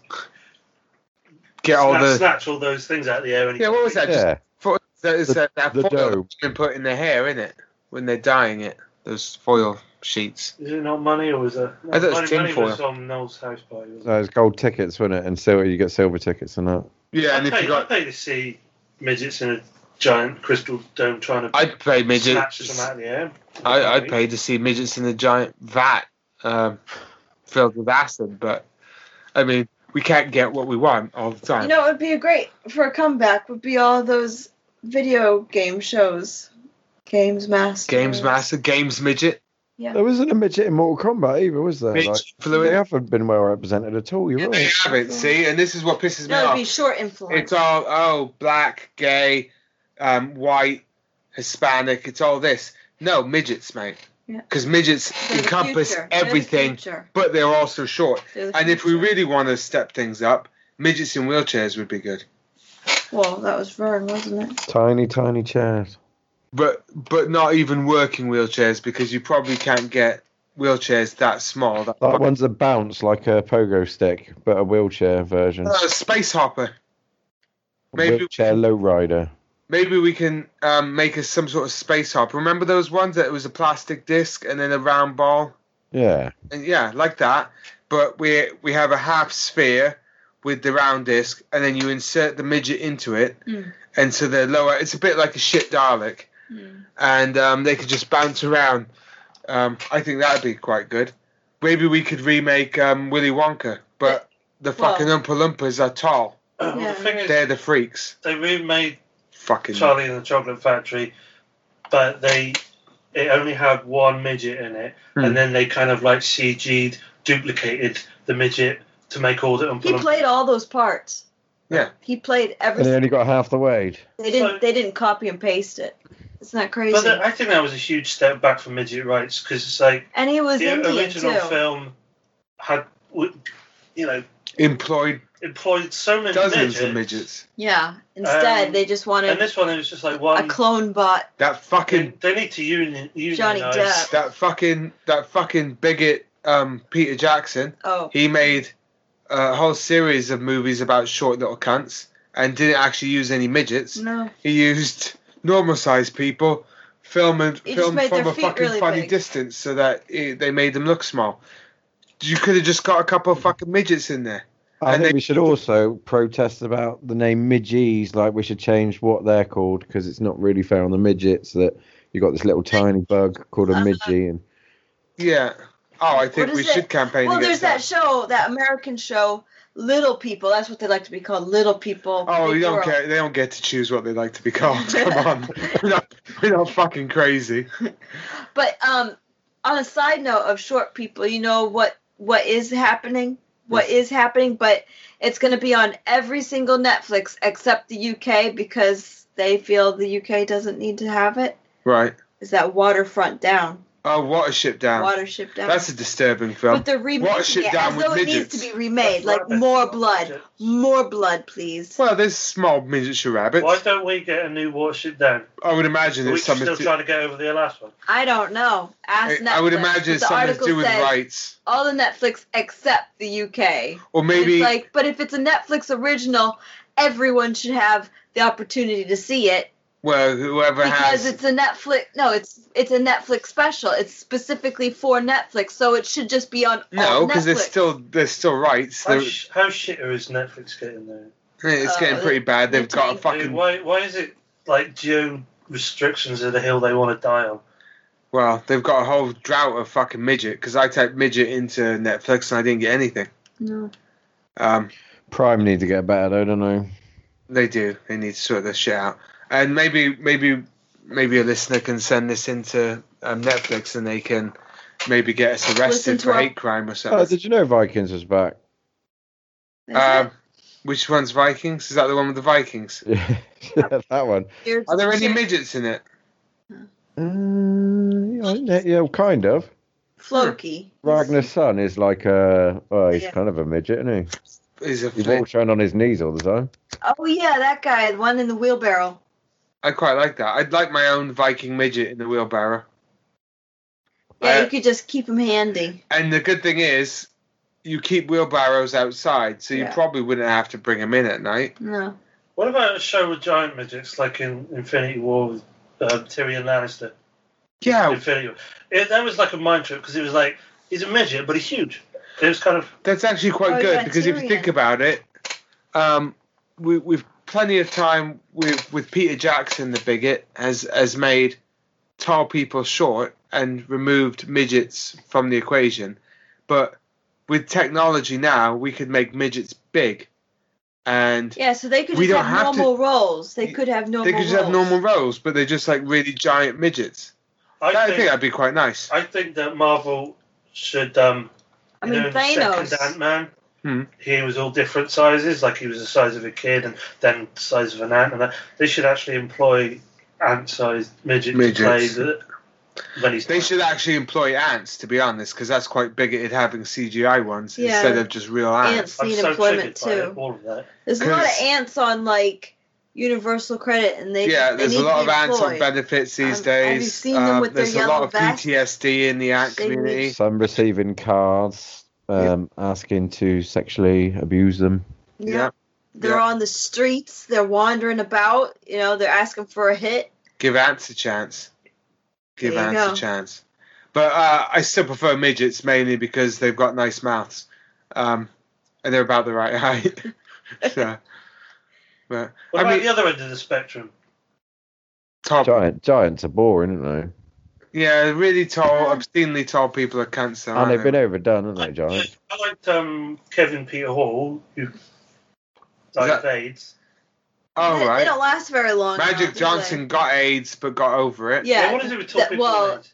A: get all
F: snatch,
A: the?
F: snatch all those things out of the air? And
A: Yeah. What was that? Just
H: Yeah,
A: fo- that is
H: The-
A: that, that
H: the
A: foil
H: dome.
A: that's been put in their hair, in it when they're dyeing it. Those foil sheets.
F: Is it not money or was it?
A: I thought it was
F: money, money
A: tinfoil.
F: was on Noel's house party. Wasn't it?
H: no, it's gold tickets, wasn't it? And silver, you get silver tickets and that.
A: Yeah, and
F: I'd,
A: if
F: pay,
A: you
F: I'd
A: got,
F: pay to see midgets in a giant crystal dome trying to
A: I'd pay
F: snatch
A: midgets.
F: them out of the air.
A: I, I'd pay to see midgets in a giant vat um, filled with acid, but I mean, we can't get what we want all the time.
D: You know, it would be great for a comeback. Would be all those video game shows, Games Master,
A: Games Master, Games Midget,
H: There wasn't a midget in Mortal Kombat either, was there?
A: Midget
H: Like, they
A: Fluid.
H: haven't been well represented at all. You're
A: They
H: right.
A: haven't, see, and this is what pisses me
D: No, it'd
A: off.
D: be short influence.
A: It's all oh black, gay, um, white, Hispanic. It's all this. No midgets, mate.
D: Yeah.
A: Because midgets
D: They're the
A: encompass
D: future. They're the
A: everything,
D: future.
A: but they're also short.
D: They're the
A: And if we
D: future.
A: really want to step things up, midgets in wheelchairs would be good.
D: well, that was Vern, wasn't it?
H: Tiny, tiny chairs.
A: But but not even working wheelchairs because you probably can't get wheelchairs that small. That
H: That one's a bounce like a pogo stick, but a wheelchair version.
A: Uh, space hopper. maybe-
H: wheelchair lowrider.
A: Maybe we can um, make us some sort of space hopper. Remember those ones that it was a plastic disc and then a round ball.
H: Yeah.
A: and yeah, like that. But we we have a half sphere with the round disc, and then you insert the midget into it,
D: Mm.
A: and so they're lower. It's a bit like a shit Dalek,
D: Mm.
F: Hmm.
A: and um, they could just bounce around. Um, I think that'd be quite good. Maybe we could remake um, Willy Wonka, but the
D: Well-
A: fucking Oompa Loompas are tall.
F: well,
D: Yeah.
F: Um, the thing is,
A: They're the freaks.
F: they remade
A: Fucking.
F: Charlie and the Chocolate Factory, but they it only had one midget in it,
A: Hmm.
F: and then they kind of like CG'd, duplicated the midget to make all the. and
D: He
F: put on-
D: played all those parts.
A: Yeah.
D: He played
H: And they
D: everything.
H: only got half the weight.
D: They didn't. They didn't copy and paste it. Isn't that crazy?
F: But uh, that- I think that was a huge step back for midget rights because it's like
D: and he was
F: the
D: Indian
F: original
D: too.
F: film had, w- you know,
A: Employed
F: employed so many
A: dozens
F: midgets,
A: of midgets.
D: Yeah. Instead,
F: Um,
D: they just wanted
F: and this one it was just like
D: a
F: one.
D: clone bot.
A: That
F: They,
A: fucking.
F: they need to union, unionize.
D: Johnny Depp.
A: That fucking. That fucking bigot. Um, Peter Jackson.
D: Oh,
A: He made a whole series of movies about short little cunts and didn't actually use any midgets.
D: no.
A: He used normal sized people, filming
D: He just
A: filmed
D: made
A: from
D: their
A: a
D: feet
A: fucking
D: really
A: funny
D: big.
A: distance so that it, they made them look small. You could have just got a couple of fucking midgets in there.
H: I
A: And
H: think
A: they-
H: we should also protest about the name midgies. Like we should change what they're called because it's not really fair on the midgets that you got this little tiny bug called a
A: Uh-huh.
D: Uh,
H: midgie. And
A: Yeah. Oh, I think
D: What
A: we
D: is it?
A: should campaign
D: Well, there's
A: against
D: that
A: that.
D: show, that American show, Little People. That's what they like to be called, Little People.
A: Oh,
D: Big
A: you don't
D: World.
A: get, they don't get to choose what they like to be
D: [laughs]
A: called. Come on. We're not, we're not fucking crazy.
D: But um, on a side note of short people, you know what what is happening? What is happening? But it's going to be on every single Netflix except the UK because they feel the UK doesn't need to have it.
A: Right.
D: Is that Waterfront Down?
A: Oh, Watership Down.
D: Watership Down.
A: That's a disturbing film.
D: but they're remaking
A: Watership
D: it
A: Down
D: as
A: with
D: though it needs
A: midgets.
D: to be remade.
F: That's
D: Like
F: rubbish.
D: more blood, more blood, please.
A: Well, there's small miniature rabbits.
F: Why don't we get a new warship down?
A: I would imagine
F: We're
A: it's
F: still
A: something. To,
F: trying to get over the last one.
D: I don't know.
A: I,
D: Ask Netflix.
A: I would imagine it's
D: But the
A: something to
D: article
A: do with
D: said
A: rights,
D: All the Netflix except the UK.
A: or
D: And
A: maybe
D: it's like but if it's a netflix original everyone should have the opportunity to see it
A: well, whoever
D: because
A: has.
D: it's a netflix no it's it's a netflix special it's specifically for netflix so it should just be on
A: no, because
D: because
A: there's still there's still rights.
F: How,
A: They're-
F: sh- how shitter is Netflix getting there?
A: it's getting
D: uh,
A: pretty bad. They've got a
D: Dude,
F: Dude,
A: fucking
F: why, why is it like geo restrictions of the hill they want to die on?
A: well, they've got a whole drought of fucking midget. Because I typed midget into Netflix and I didn't get anything.
D: no.
A: Um,
H: Prime need to get better. though, don't know.
A: They do. They need to sort this shit out. And maybe, maybe, maybe a listener can send this into um, Netflix, and they can maybe get us
D: Listen
A: arrested
D: to
A: for
D: our-
A: hate crime or
H: Oh,
A: something.
H: did you know Vikings was back? [laughs]
A: Um, which one's Vikings? Is that the one with the Vikings?
H: Yeah, that one.
D: Here's-
A: Are there any
D: here's
A: midgets in it?
H: Uh, yeah, yeah, kind of.
D: floki
H: Ragnar's son is like a. Well, he's
D: Yeah.
H: kind of a midget, isn't
A: Is a
H: he? He's
A: fl-
H: all shown on his knees all the time.
D: oh yeah that guy the one in the wheelbarrow
A: I quite like that. I'd like my own Viking midget in the wheelbarrow.
D: yeah
A: Uh,
D: you could just keep him handy
A: And the good thing is, you keep wheelbarrows outside, so you
D: Yeah.
A: probably wouldn't have to bring them in at night.
D: no
F: What about a show with giant midgets like in Infinity War with um, Tyrion Lannister?
A: Yeah,
F: Infinity War. It, that was like a mind trip because it was like he's a midget but he's huge. It was kind of
A: That's actually quite
D: Oh,
A: good
D: yeah,
A: because if you
D: Tyrion.
A: think about it, um, we, we've plenty of time with with Peter Jackson, the bigot, has has made tall people short and removed midgets from the equation. But with technology now, we could make midgets big, and
D: yeah so they could
A: We
D: just
A: don't
D: have,
A: have to-
D: normal roles they
A: Y-
D: could have normal
A: they could just
D: roles.
A: have normal roles, but they're just like really giant midgets. I,
F: I
A: think
F: think
A: that'd be quite nice.
F: I think that Marvel should um
D: i
F: you
D: mean
F: know, in
D: thanos
F: second Ant Man.
A: Hmm.
F: He was all different sizes, like he was the size of a kid and then the size of an ant. And that. They should actually employ ant-sized midget to play
A: Midgets.
F: the, when he's
A: They should actually employ ants, to be honest, because that's quite bigoted having CGI ones
D: Yeah.
A: instead of just real ants.
D: Ants.
F: I'm
D: need
F: so
D: employment
F: triggered by
D: too.
F: All of that.
D: There's a lot of
A: 'Cause-
D: ants on like Universal Credit, and they
A: yeah,
D: they
A: there's
D: need
A: a
D: to
A: lot
D: be
A: of ants on
D: employed.
A: benefits these
D: Um,
A: days.
D: have you seen them with their
A: there's a
D: yellow
A: lot of
D: vests?
A: PTSD in the ant
D: They need-
A: community.
H: Some receiving cards um, asking to sexually abuse them.
D: Yeah.
A: yeah.
D: They're
A: yeah.
D: on the streets. They're wandering about. You know, they're asking for a hit.
A: Give ants a chance. Give
D: There you
A: ants
D: go.
A: a chance. But uh, I still prefer midgets mainly because they've got nice mouths, um, and they're about the right [laughs] height. so, but
F: What
A: I
F: about
A: mean,
F: the other end of the spectrum?
A: top,
H: Giant, giants are boring, aren't
A: yeah, really tall, obscenely tall people are cancer.
H: they? And they've
A: aren't they?
H: been overdone, haven't
F: I
H: they, giants?
F: I liked um, Kevin Peter Hall, who died
A: that-
F: of AIDS.
D: they,
A: All
D: they
A: Oh, right.
D: don't last very long. now, do
A: Magic
D: they?
A: Johnson got AIDS but got over it.
D: Yeah.
F: They want to do with tall
D: that-
F: people.
D: well-
F: right?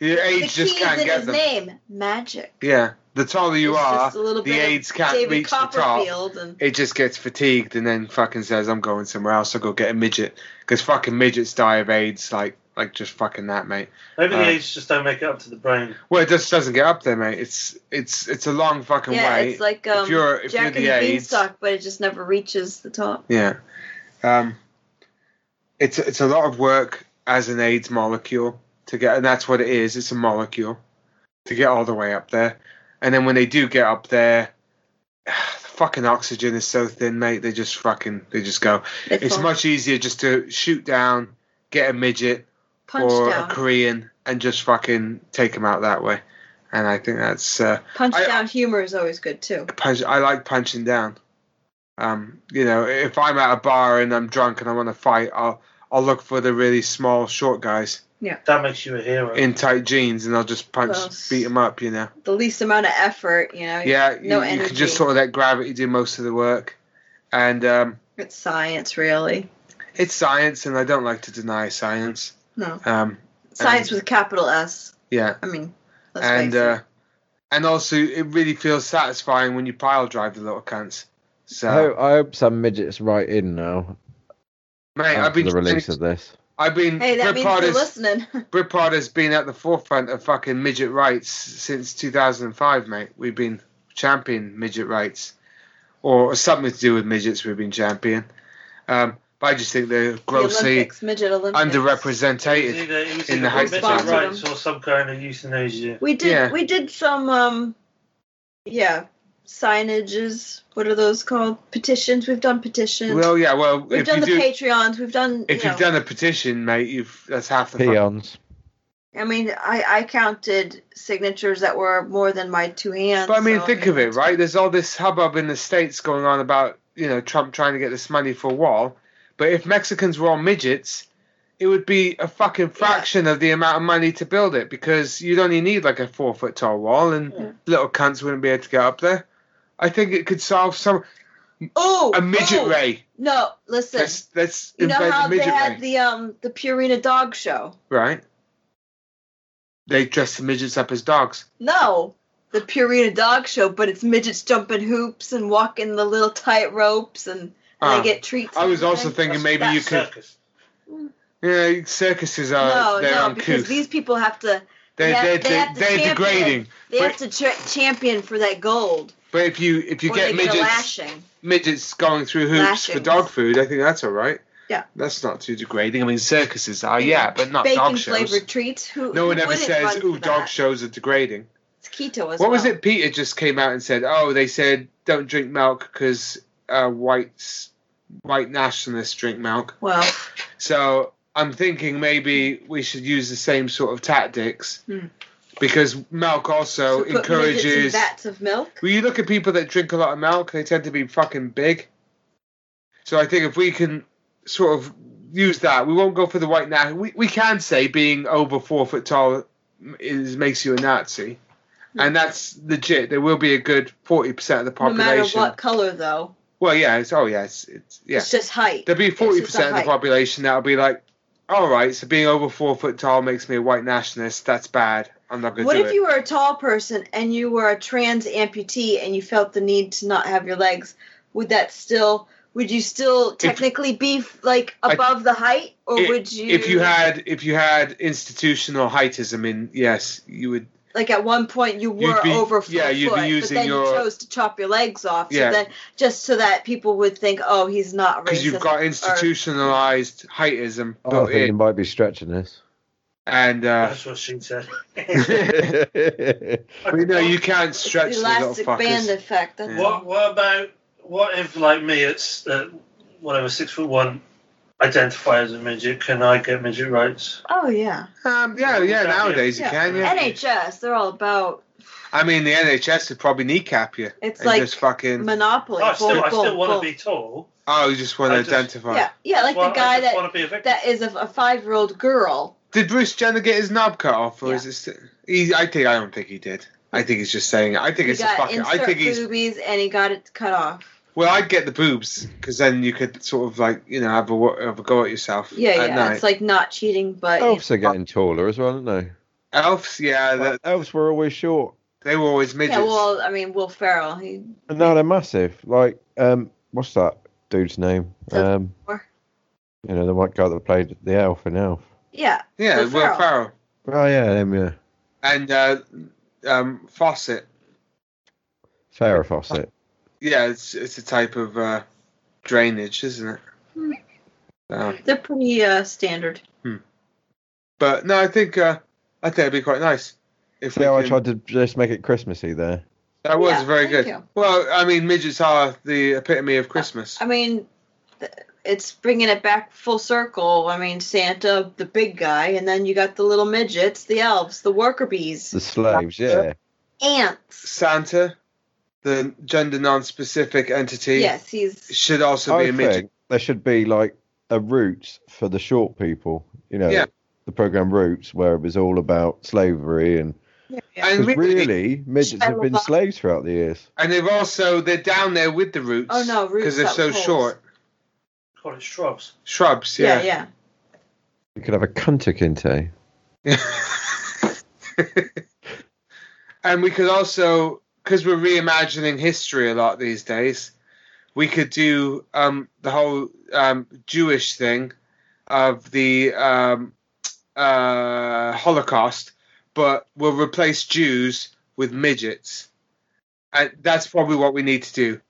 A: Your
D: the
A: AIDS
D: key
A: just
D: is
A: can't
D: in
A: get
D: his
A: them.
D: name, magic.
A: Yeah. The taller you
D: It's
A: are,
D: just a little
A: the
D: bit of
A: AIDS can't
D: David
A: reach the top.
D: Copperfield and
A: It just gets fatigued and then fucking says, "I'm going somewhere else. I'll go get a midget." Because fucking midgets die of AIDS, like like just fucking that, mate.
F: Maybe
A: Uh,
F: the AIDS just don't make it up to the brain.
A: Well, it just doesn't get up there, mate. It's it's it's a long fucking
D: yeah,
A: way.
D: it's like um,
A: you're- if
D: Jack
A: you're the
D: and the
A: AIDS-
D: Beanstalk, but it just never reaches the top.
A: Yeah. Um, it's it's a lot of work as an AIDS molecule to get, and that's what it is. It's a molecule to get all the way up there, and then when they do get up there, [sighs] the fucking oxygen is so thin, mate. They just fucking they just go.
D: They
A: It's
D: fall-
A: much easier just to shoot down, get a midget
D: punch
A: or
D: down,
A: a Korean, and just fucking take them out that way. And I think that's uh,
D: punch
A: I-
D: down humor is always good too.
A: punch. I like punching down. Um, you know, if I'm at a bar and I'm drunk and I want to fight, I'll I'll look for the really small, short guys
F: That makes you a hero.
A: in tight jeans and I'll just punch,
D: Well,
A: beat them up. You know,
D: The least amount of effort, you know.
A: yeah,
D: no
A: you, you
D: energy.
A: can just sort of let gravity do most of the work, and um,
D: It's science, really.
A: it's science, and I don't like to deny science.
D: No,
A: Um,
D: science with a capital S.
A: yeah,
D: I mean, let's
A: and
D: face
A: uh, and also it really feels satisfying when you pile drive the little cunts. So,
H: I hope, I hope some midgets write in now
A: mate, I've
H: after
A: been
H: the release of this.
A: I've been
D: it. Hey, that
A: Brit
D: means you're
A: Partis-
D: listening. [laughs]
A: Britpod has been at the forefront of fucking midget rights since 2005, mate. We've been championing midget rights, or something to do with midgets. We've been championing. Um, but I just think they're
D: the
A: grossly
D: Olympics, midget Olympics.
F: It was
A: underrepresented.
F: either, it was
A: in the
F: either
D: hyper-
F: mental
D: Sponsored
F: rights
D: them.
F: or some kind of euthanasia.
D: We did.
A: Yeah.
D: We did some. um Yeah, signages. What are those called? Petitions. We've done petitions.
A: Well, yeah. Well,
D: We've
A: if
D: done
A: you
D: the
A: do,
D: Patreons. We've done.
A: if
D: you
A: you've
D: know,
A: done a petition, mate, you've that's half the. fuck-
H: Peons.
D: I mean, I, I counted signatures that were more than my two hands.
A: But I mean,
D: so,
A: think of it, right? There's all this hubbub in the states going on about you know Trump trying to get this money for a wall, but if Mexicans were all midgets, it would be a fucking fraction of the amount of money to build it because you'd only need like a four foot tall wall, and
D: Yeah.
A: little cunts wouldn't be able to get up there. I think it could solve some
D: Oh,
A: a midget
D: oh,
A: ray.
D: No, listen.
A: Let's let's
D: you know
A: invent
D: how
A: a
D: they
A: midget
D: had
A: ray,
D: the um the Purina dog show?
A: right? They dress the midgets up as dogs.
D: No, the Purina dog show, but it's midgets jumping hoops and walking the little tight ropes, and, and
A: Ah,
D: they get treats.
A: I
D: and
A: was also
D: everything.
A: thinking
F: That's-
A: maybe
F: that's
A: you could, uh,
F: circus.
A: yeah, circuses
D: no,
A: are they're
D: no,
A: uncouth.
D: because these people have to
A: They're,
D: They have-
A: they're,
D: they
A: they're,
D: have to
A: they're
D: champion.
A: degrading.
D: they
A: But-
D: have to tra- champion for that gold,
A: But if you if you
D: or
A: get
D: they get a
A: midgets
D: lashing.
A: midgets going through hoops for
D: Lashings.
A: dog food, I think that's all right.
D: Yeah.
A: That's not too degrading. I mean, circuses are, yeah, but not
D: Bacon
A: dog shows.
D: flavored treats. Who
A: No one
D: who
A: ever
D: wouldn't
A: says,
D: run for
A: "Ooh, dog
D: that?"
A: shows are degrading."
D: It's keto as
A: What was
D: well.
A: it? Peter just came out and said, "Oh, they said don't drink milk because uh, whites white nationalists drink milk."
D: Well, [sighs]
A: So I'm thinking maybe we should use the same sort of tactics
D: Hmm.
A: because milk also
D: to put midgets in
A: encourages.
D: vats of milk.
A: Well, you look at people that drink a lot of milk, they tend to be fucking big. So I think if we can sort of use that, we won't go for the white now. We, we can say being over four foot tall is makes you a Nazi. And that's legit. There will be a good 40% of the
D: No matter
A: population.
D: what color, though,
A: Well, yeah, it's, oh, yeah, it's, it's yeah.
D: it's just height.
A: There'll be
D: just
A: 40%
D: the
A: of the
D: height.
A: population that'll be like, all right, so being over four foot tall makes me a white nationalist. That's bad. I'm not going to
D: What
A: do
D: if
A: it.
D: you were a tall person and you were a trans amputee and you felt the need to not have your legs? Would that still? Would you still technically be like
A: I-
D: above the height, or
A: If-
D: would you?
A: if you had if you had institutional heightism in yes you would
D: like at one point you
A: You'd
D: were
A: be-
D: over four
A: yeah, you'd be
D: foot,
A: using
D: but then
A: your-
D: you chose to chop your legs off,
A: Yeah.
D: so then just so that people would think, oh, he's not
A: because
D: racist.
A: you've got
D: or-
A: institutionalized heightism
H: Oh, I
A: built
H: think you
A: in
H: might be stretching [laughs] this.
A: and
D: [laughs]
A: uh [laughs]
F: That's what she said.
A: we know you can't
D: it's
A: stretch
D: the
A: the little
D: elastic band
A: fuckers
D: effect. That's
A: Yeah.
D: all.
F: [laughs] What, what about what if like me, it's uh, whatever six foot one, identify as a midget? Can I get midget rights?
D: Oh yeah,
A: um yeah yeah
F: Yeah.
A: nowadays you
D: Yeah.
A: can yeah
D: NHS. They're all about
A: i mean the nhs would probably kneecap you
D: It's
A: and
D: like
A: just fucking
D: monopoly.
F: Oh, I still,
D: boom,
F: I still
D: boom,
F: want
D: boom.
F: to be tall.
A: oh you just want to
F: I just-
A: identify
D: Yeah, yeah, like
F: Well,
D: the guy
F: I just
D: that
F: want to be a victim.
D: that is a, a five-year-old girl.
A: did bruce jenner get his knob cut off or
D: Yeah.
A: is it st- he, i think i don't think he did i think he's just saying it. i think
D: He
A: it's a
D: got
A: fucking
D: insert
A: i think he's
D: boobies and he got it cut off.
A: Well, I'd get the boobs because then you could sort of like you know have a, wa- have a go at yourself.
D: Yeah,
A: at
D: yeah.
A: Night. Oh,
D: It's like not cheating, but you
H: Elves are getting taller as well, aren't they?
A: Elves, yeah, that,
H: Elves were always short.
A: they were always
D: know-
A: midgets.
D: yeah. Well, I mean, Will Ferrell. He,
H: And now they're massive. Like, um, what's that dude's name?
D: Doug
H: Um,
D: Moore.
H: you know, the white guy that played the elf in Elf.
D: yeah,
A: yeah,
D: Will
A: Will Ferrell,
D: Ferrell.
H: Oh yeah, them yeah.
A: and uh, um, Fawcett.
H: Farrah Fawcett.
A: Yeah, it's it's a type of uh, drainage, isn't it?
D: Hmm.
A: Um,
D: they're pretty uh, standard.
A: but no, I think uh, I think it'd be quite nice if we
H: Yeah, I
A: can-
H: tried to just make it Christmassy there.
A: That was
D: Yeah,
A: very
D: thank
A: good.
D: you. Uh,
A: Well, I mean, midgets are the epitome of Christmas.
D: I mean, th- it's bringing it back full circle. I mean, Santa, the big guy, and then you got the little midgets, the elves, the worker bees,
H: The slaves, yeah.
D: ants.
A: Santa, the gender non-specific entity,
D: Yes, he's
A: should also be
H: I
A: a midget.
H: think there should be like a roots for the short people. You know,
A: Yeah.
H: the program Roots, where it was all about slavery and
D: yeah,
A: And
H: 'cause
A: we-
H: really midgets have been
D: Shia LaBeouf.
H: slaves throughout the years.
A: And they've also they're down there with the roots.
D: Oh, no, roots,
A: because they're
D: that
A: so
D: was holes.
A: short.
F: Call it shrubs.
A: Shrubs,
D: yeah.
A: yeah.
D: yeah.
H: You could have a cunter kinte.
A: [laughs] and we could also, because we're reimagining history a lot these days, we could do um, the whole um, Jewish thing of the um, uh, Holocaust, but we'll replace Jews with midgets, and that's probably what we need to do.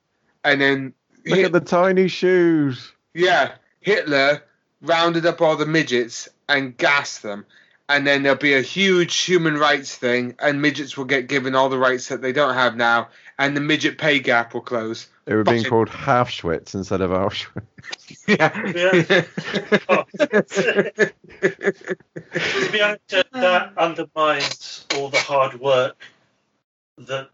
A: And then
H: Look
A: Hit-
H: at the tiny shoes.
A: Yeah, Hitler rounded up all the midgets and gassed them, and then there'll be a huge human rights thing, and midgets will get given all the rights that they don't have now, and the midget pay gap will close. [laughs]
H: They were being
A: Bucket.
H: called Halfschwitz instead of Auschwitz.
A: Yeah.
F: To be honest, uh, that
D: Um,
F: undermines all the hard work that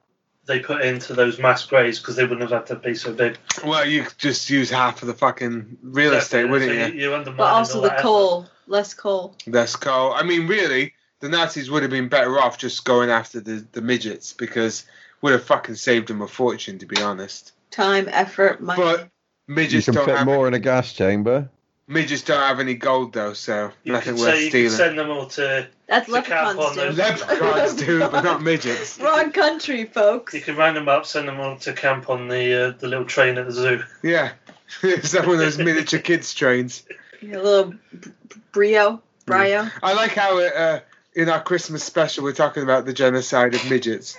F: they put into those mass graves because they wouldn't have had to be so big.
A: [laughs] well, you could just use half of the fucking real estate, wouldn't
F: so
A: you?
F: you? undermine
D: But also
F: all
D: the
F: that effort.
D: coal, less coal.
A: That's cool. I mean, really, the Nazis would have been better off just going after the, the midgets because would have fucking saved them a fortune, to be honest.
D: Time, effort, money.
A: But
H: You
A: midgets
H: can
A: don't
H: fit
A: have
H: more in a gas chamber.
A: Midgets don't have any gold though, so
F: You
A: nothing
F: could
A: worth
F: say you could
A: stealing.
F: send them all to.
D: That's
F: the cap
D: leprechauns
F: on
D: do.
F: those-
A: Leprechauns do, but not midgets.
D: Wrong country, folks.
F: You can round them up, send them all to camp on the uh, the little train at the zoo.
A: Yeah, [laughs] it's like one of those miniature kids trains.
D: A little b- b- brio, brio.
A: I like how uh, in our Christmas special we're talking about the genocide of midgets,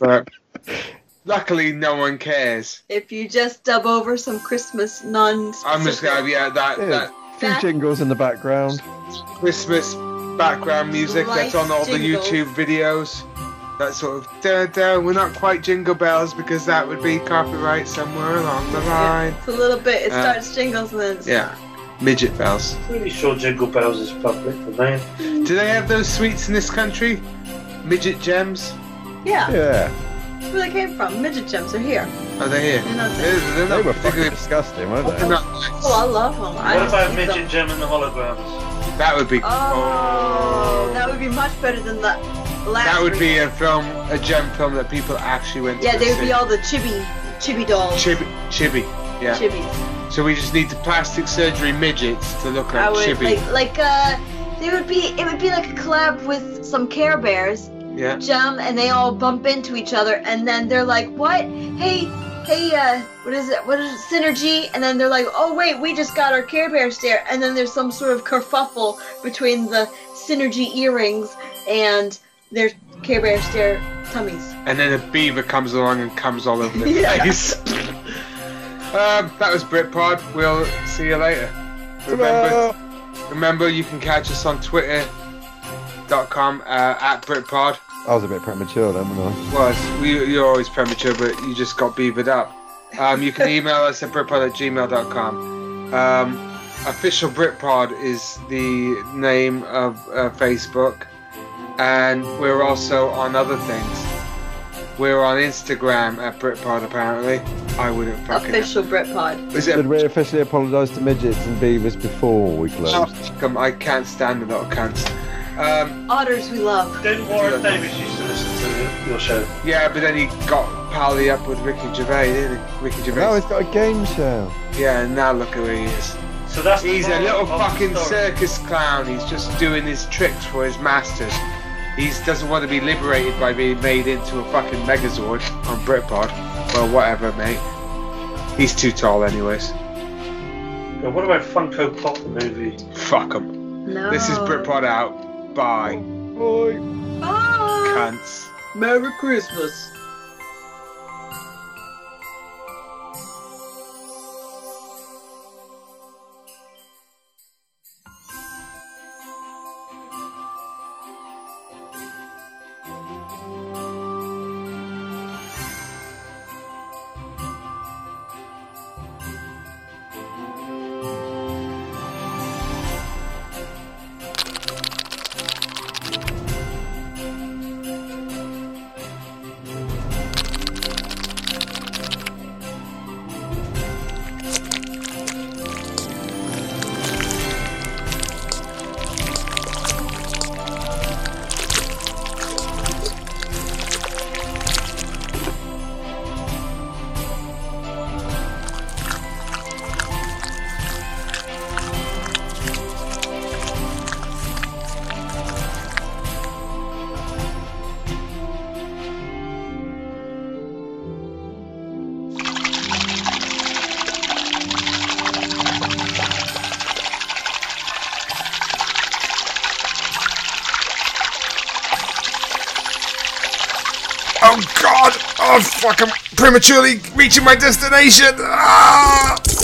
A: but luckily no one cares.
D: If you just dub over some Christmas non
A: I'm just gonna yeah that,
H: Yeah.
A: that
H: A few jingles in the background.
A: Christmas background music that's on all the
D: Nice jingle.
A: YouTube videos. That sort of da da. We're not quite jingle bells because that would be copyright somewhere along the line.
D: It's a little bit. It
A: Uh,
D: starts jingles and then it's
A: Yeah, midget bells.
F: Pretty sure Jingle Bells is public domain.
A: Do they have those sweets in this country? Midget gems?
D: yeah.
H: Yeah,
D: That's where they came from. Midget gems are here.
A: Are they here?
D: They're not there.
A: They're, they're
H: they
A: not
H: were fucking
A: particularly.
H: disgusting, weren't
A: they're
H: they?
A: not-
D: Oh, I love them. I
F: What
D: just
F: about
D: eat
F: Midget
D: them.
F: Gem and the holograms?
A: That would be.
D: Oh, that would be much better than the last.
A: That would
D: one.
A: be a film, a gem film that people actually went
D: Yeah,
A: to. go
D: they would
A: see.
D: be all the chibi, chibi dolls.
A: Chibi, chibi, yeah.
D: Chibis.
A: So we just need the plastic surgery midgets to look
D: I
A: like
D: would
A: chibi.
D: like like uh, they would be. It would be like a collab with some Care Bears.
A: Yeah.
D: Gem and they all bump into each other and then they're like, What? Hey, hey, uh, what is it? What is it? Synergy? And then they're like, Oh, wait, we just got our Care Bear stare. And then there's some sort of kerfuffle between the Synergy earrings and their Care Bear stare tummies.
A: And then a beaver comes along and comes all over the
D: [laughs] Yeah.
A: place. um, that was Britpod. We'll see you later. Remember. Remember, you can catch us on twitter.com uh, at BritPod.
H: I was a bit premature then, wasn't I?
A: Well, it's, we, you're always premature, but you just got beavered up. Um, you can email us at BritPod at gmail.com. Um, official BritPod is the name of uh, Facebook, and we're also on other things. We're on Instagram at BritPod, apparently. I wouldn't fucking.
D: Official Britpod.
A: Is
H: Did
A: it?
H: we officially apologise to midgets and beavers before we closed?
A: Oh, come, I can't stand a lot of cunts. Um,
D: Otters we love.
F: Didn't Warren Davis used to listen to your show?
A: Yeah, but then he got pally up with Ricky Gervais, did he? Ricky Gervais.
H: No, it's got a game show.
A: yeah, and now look who he is.
F: So that's the
A: He's a
F: moral
A: little
F: of the
A: fucking
F: story.
A: circus clown. He's just doing his tricks for his masters. He doesn't want to be liberated by being made into a fucking Megazord on Britpod. Well, whatever, mate. He's too tall, anyways.
F: Now, What about Funko Pop the movie?
A: Fuck him.
D: No.
A: This
F: Oh.
A: is Britpod out. Bye,
D: Bye.
A: cunts.
D: Merry Christmas.
A: Oh god! Oh fuck, I'm prematurely reaching my destination! Ah!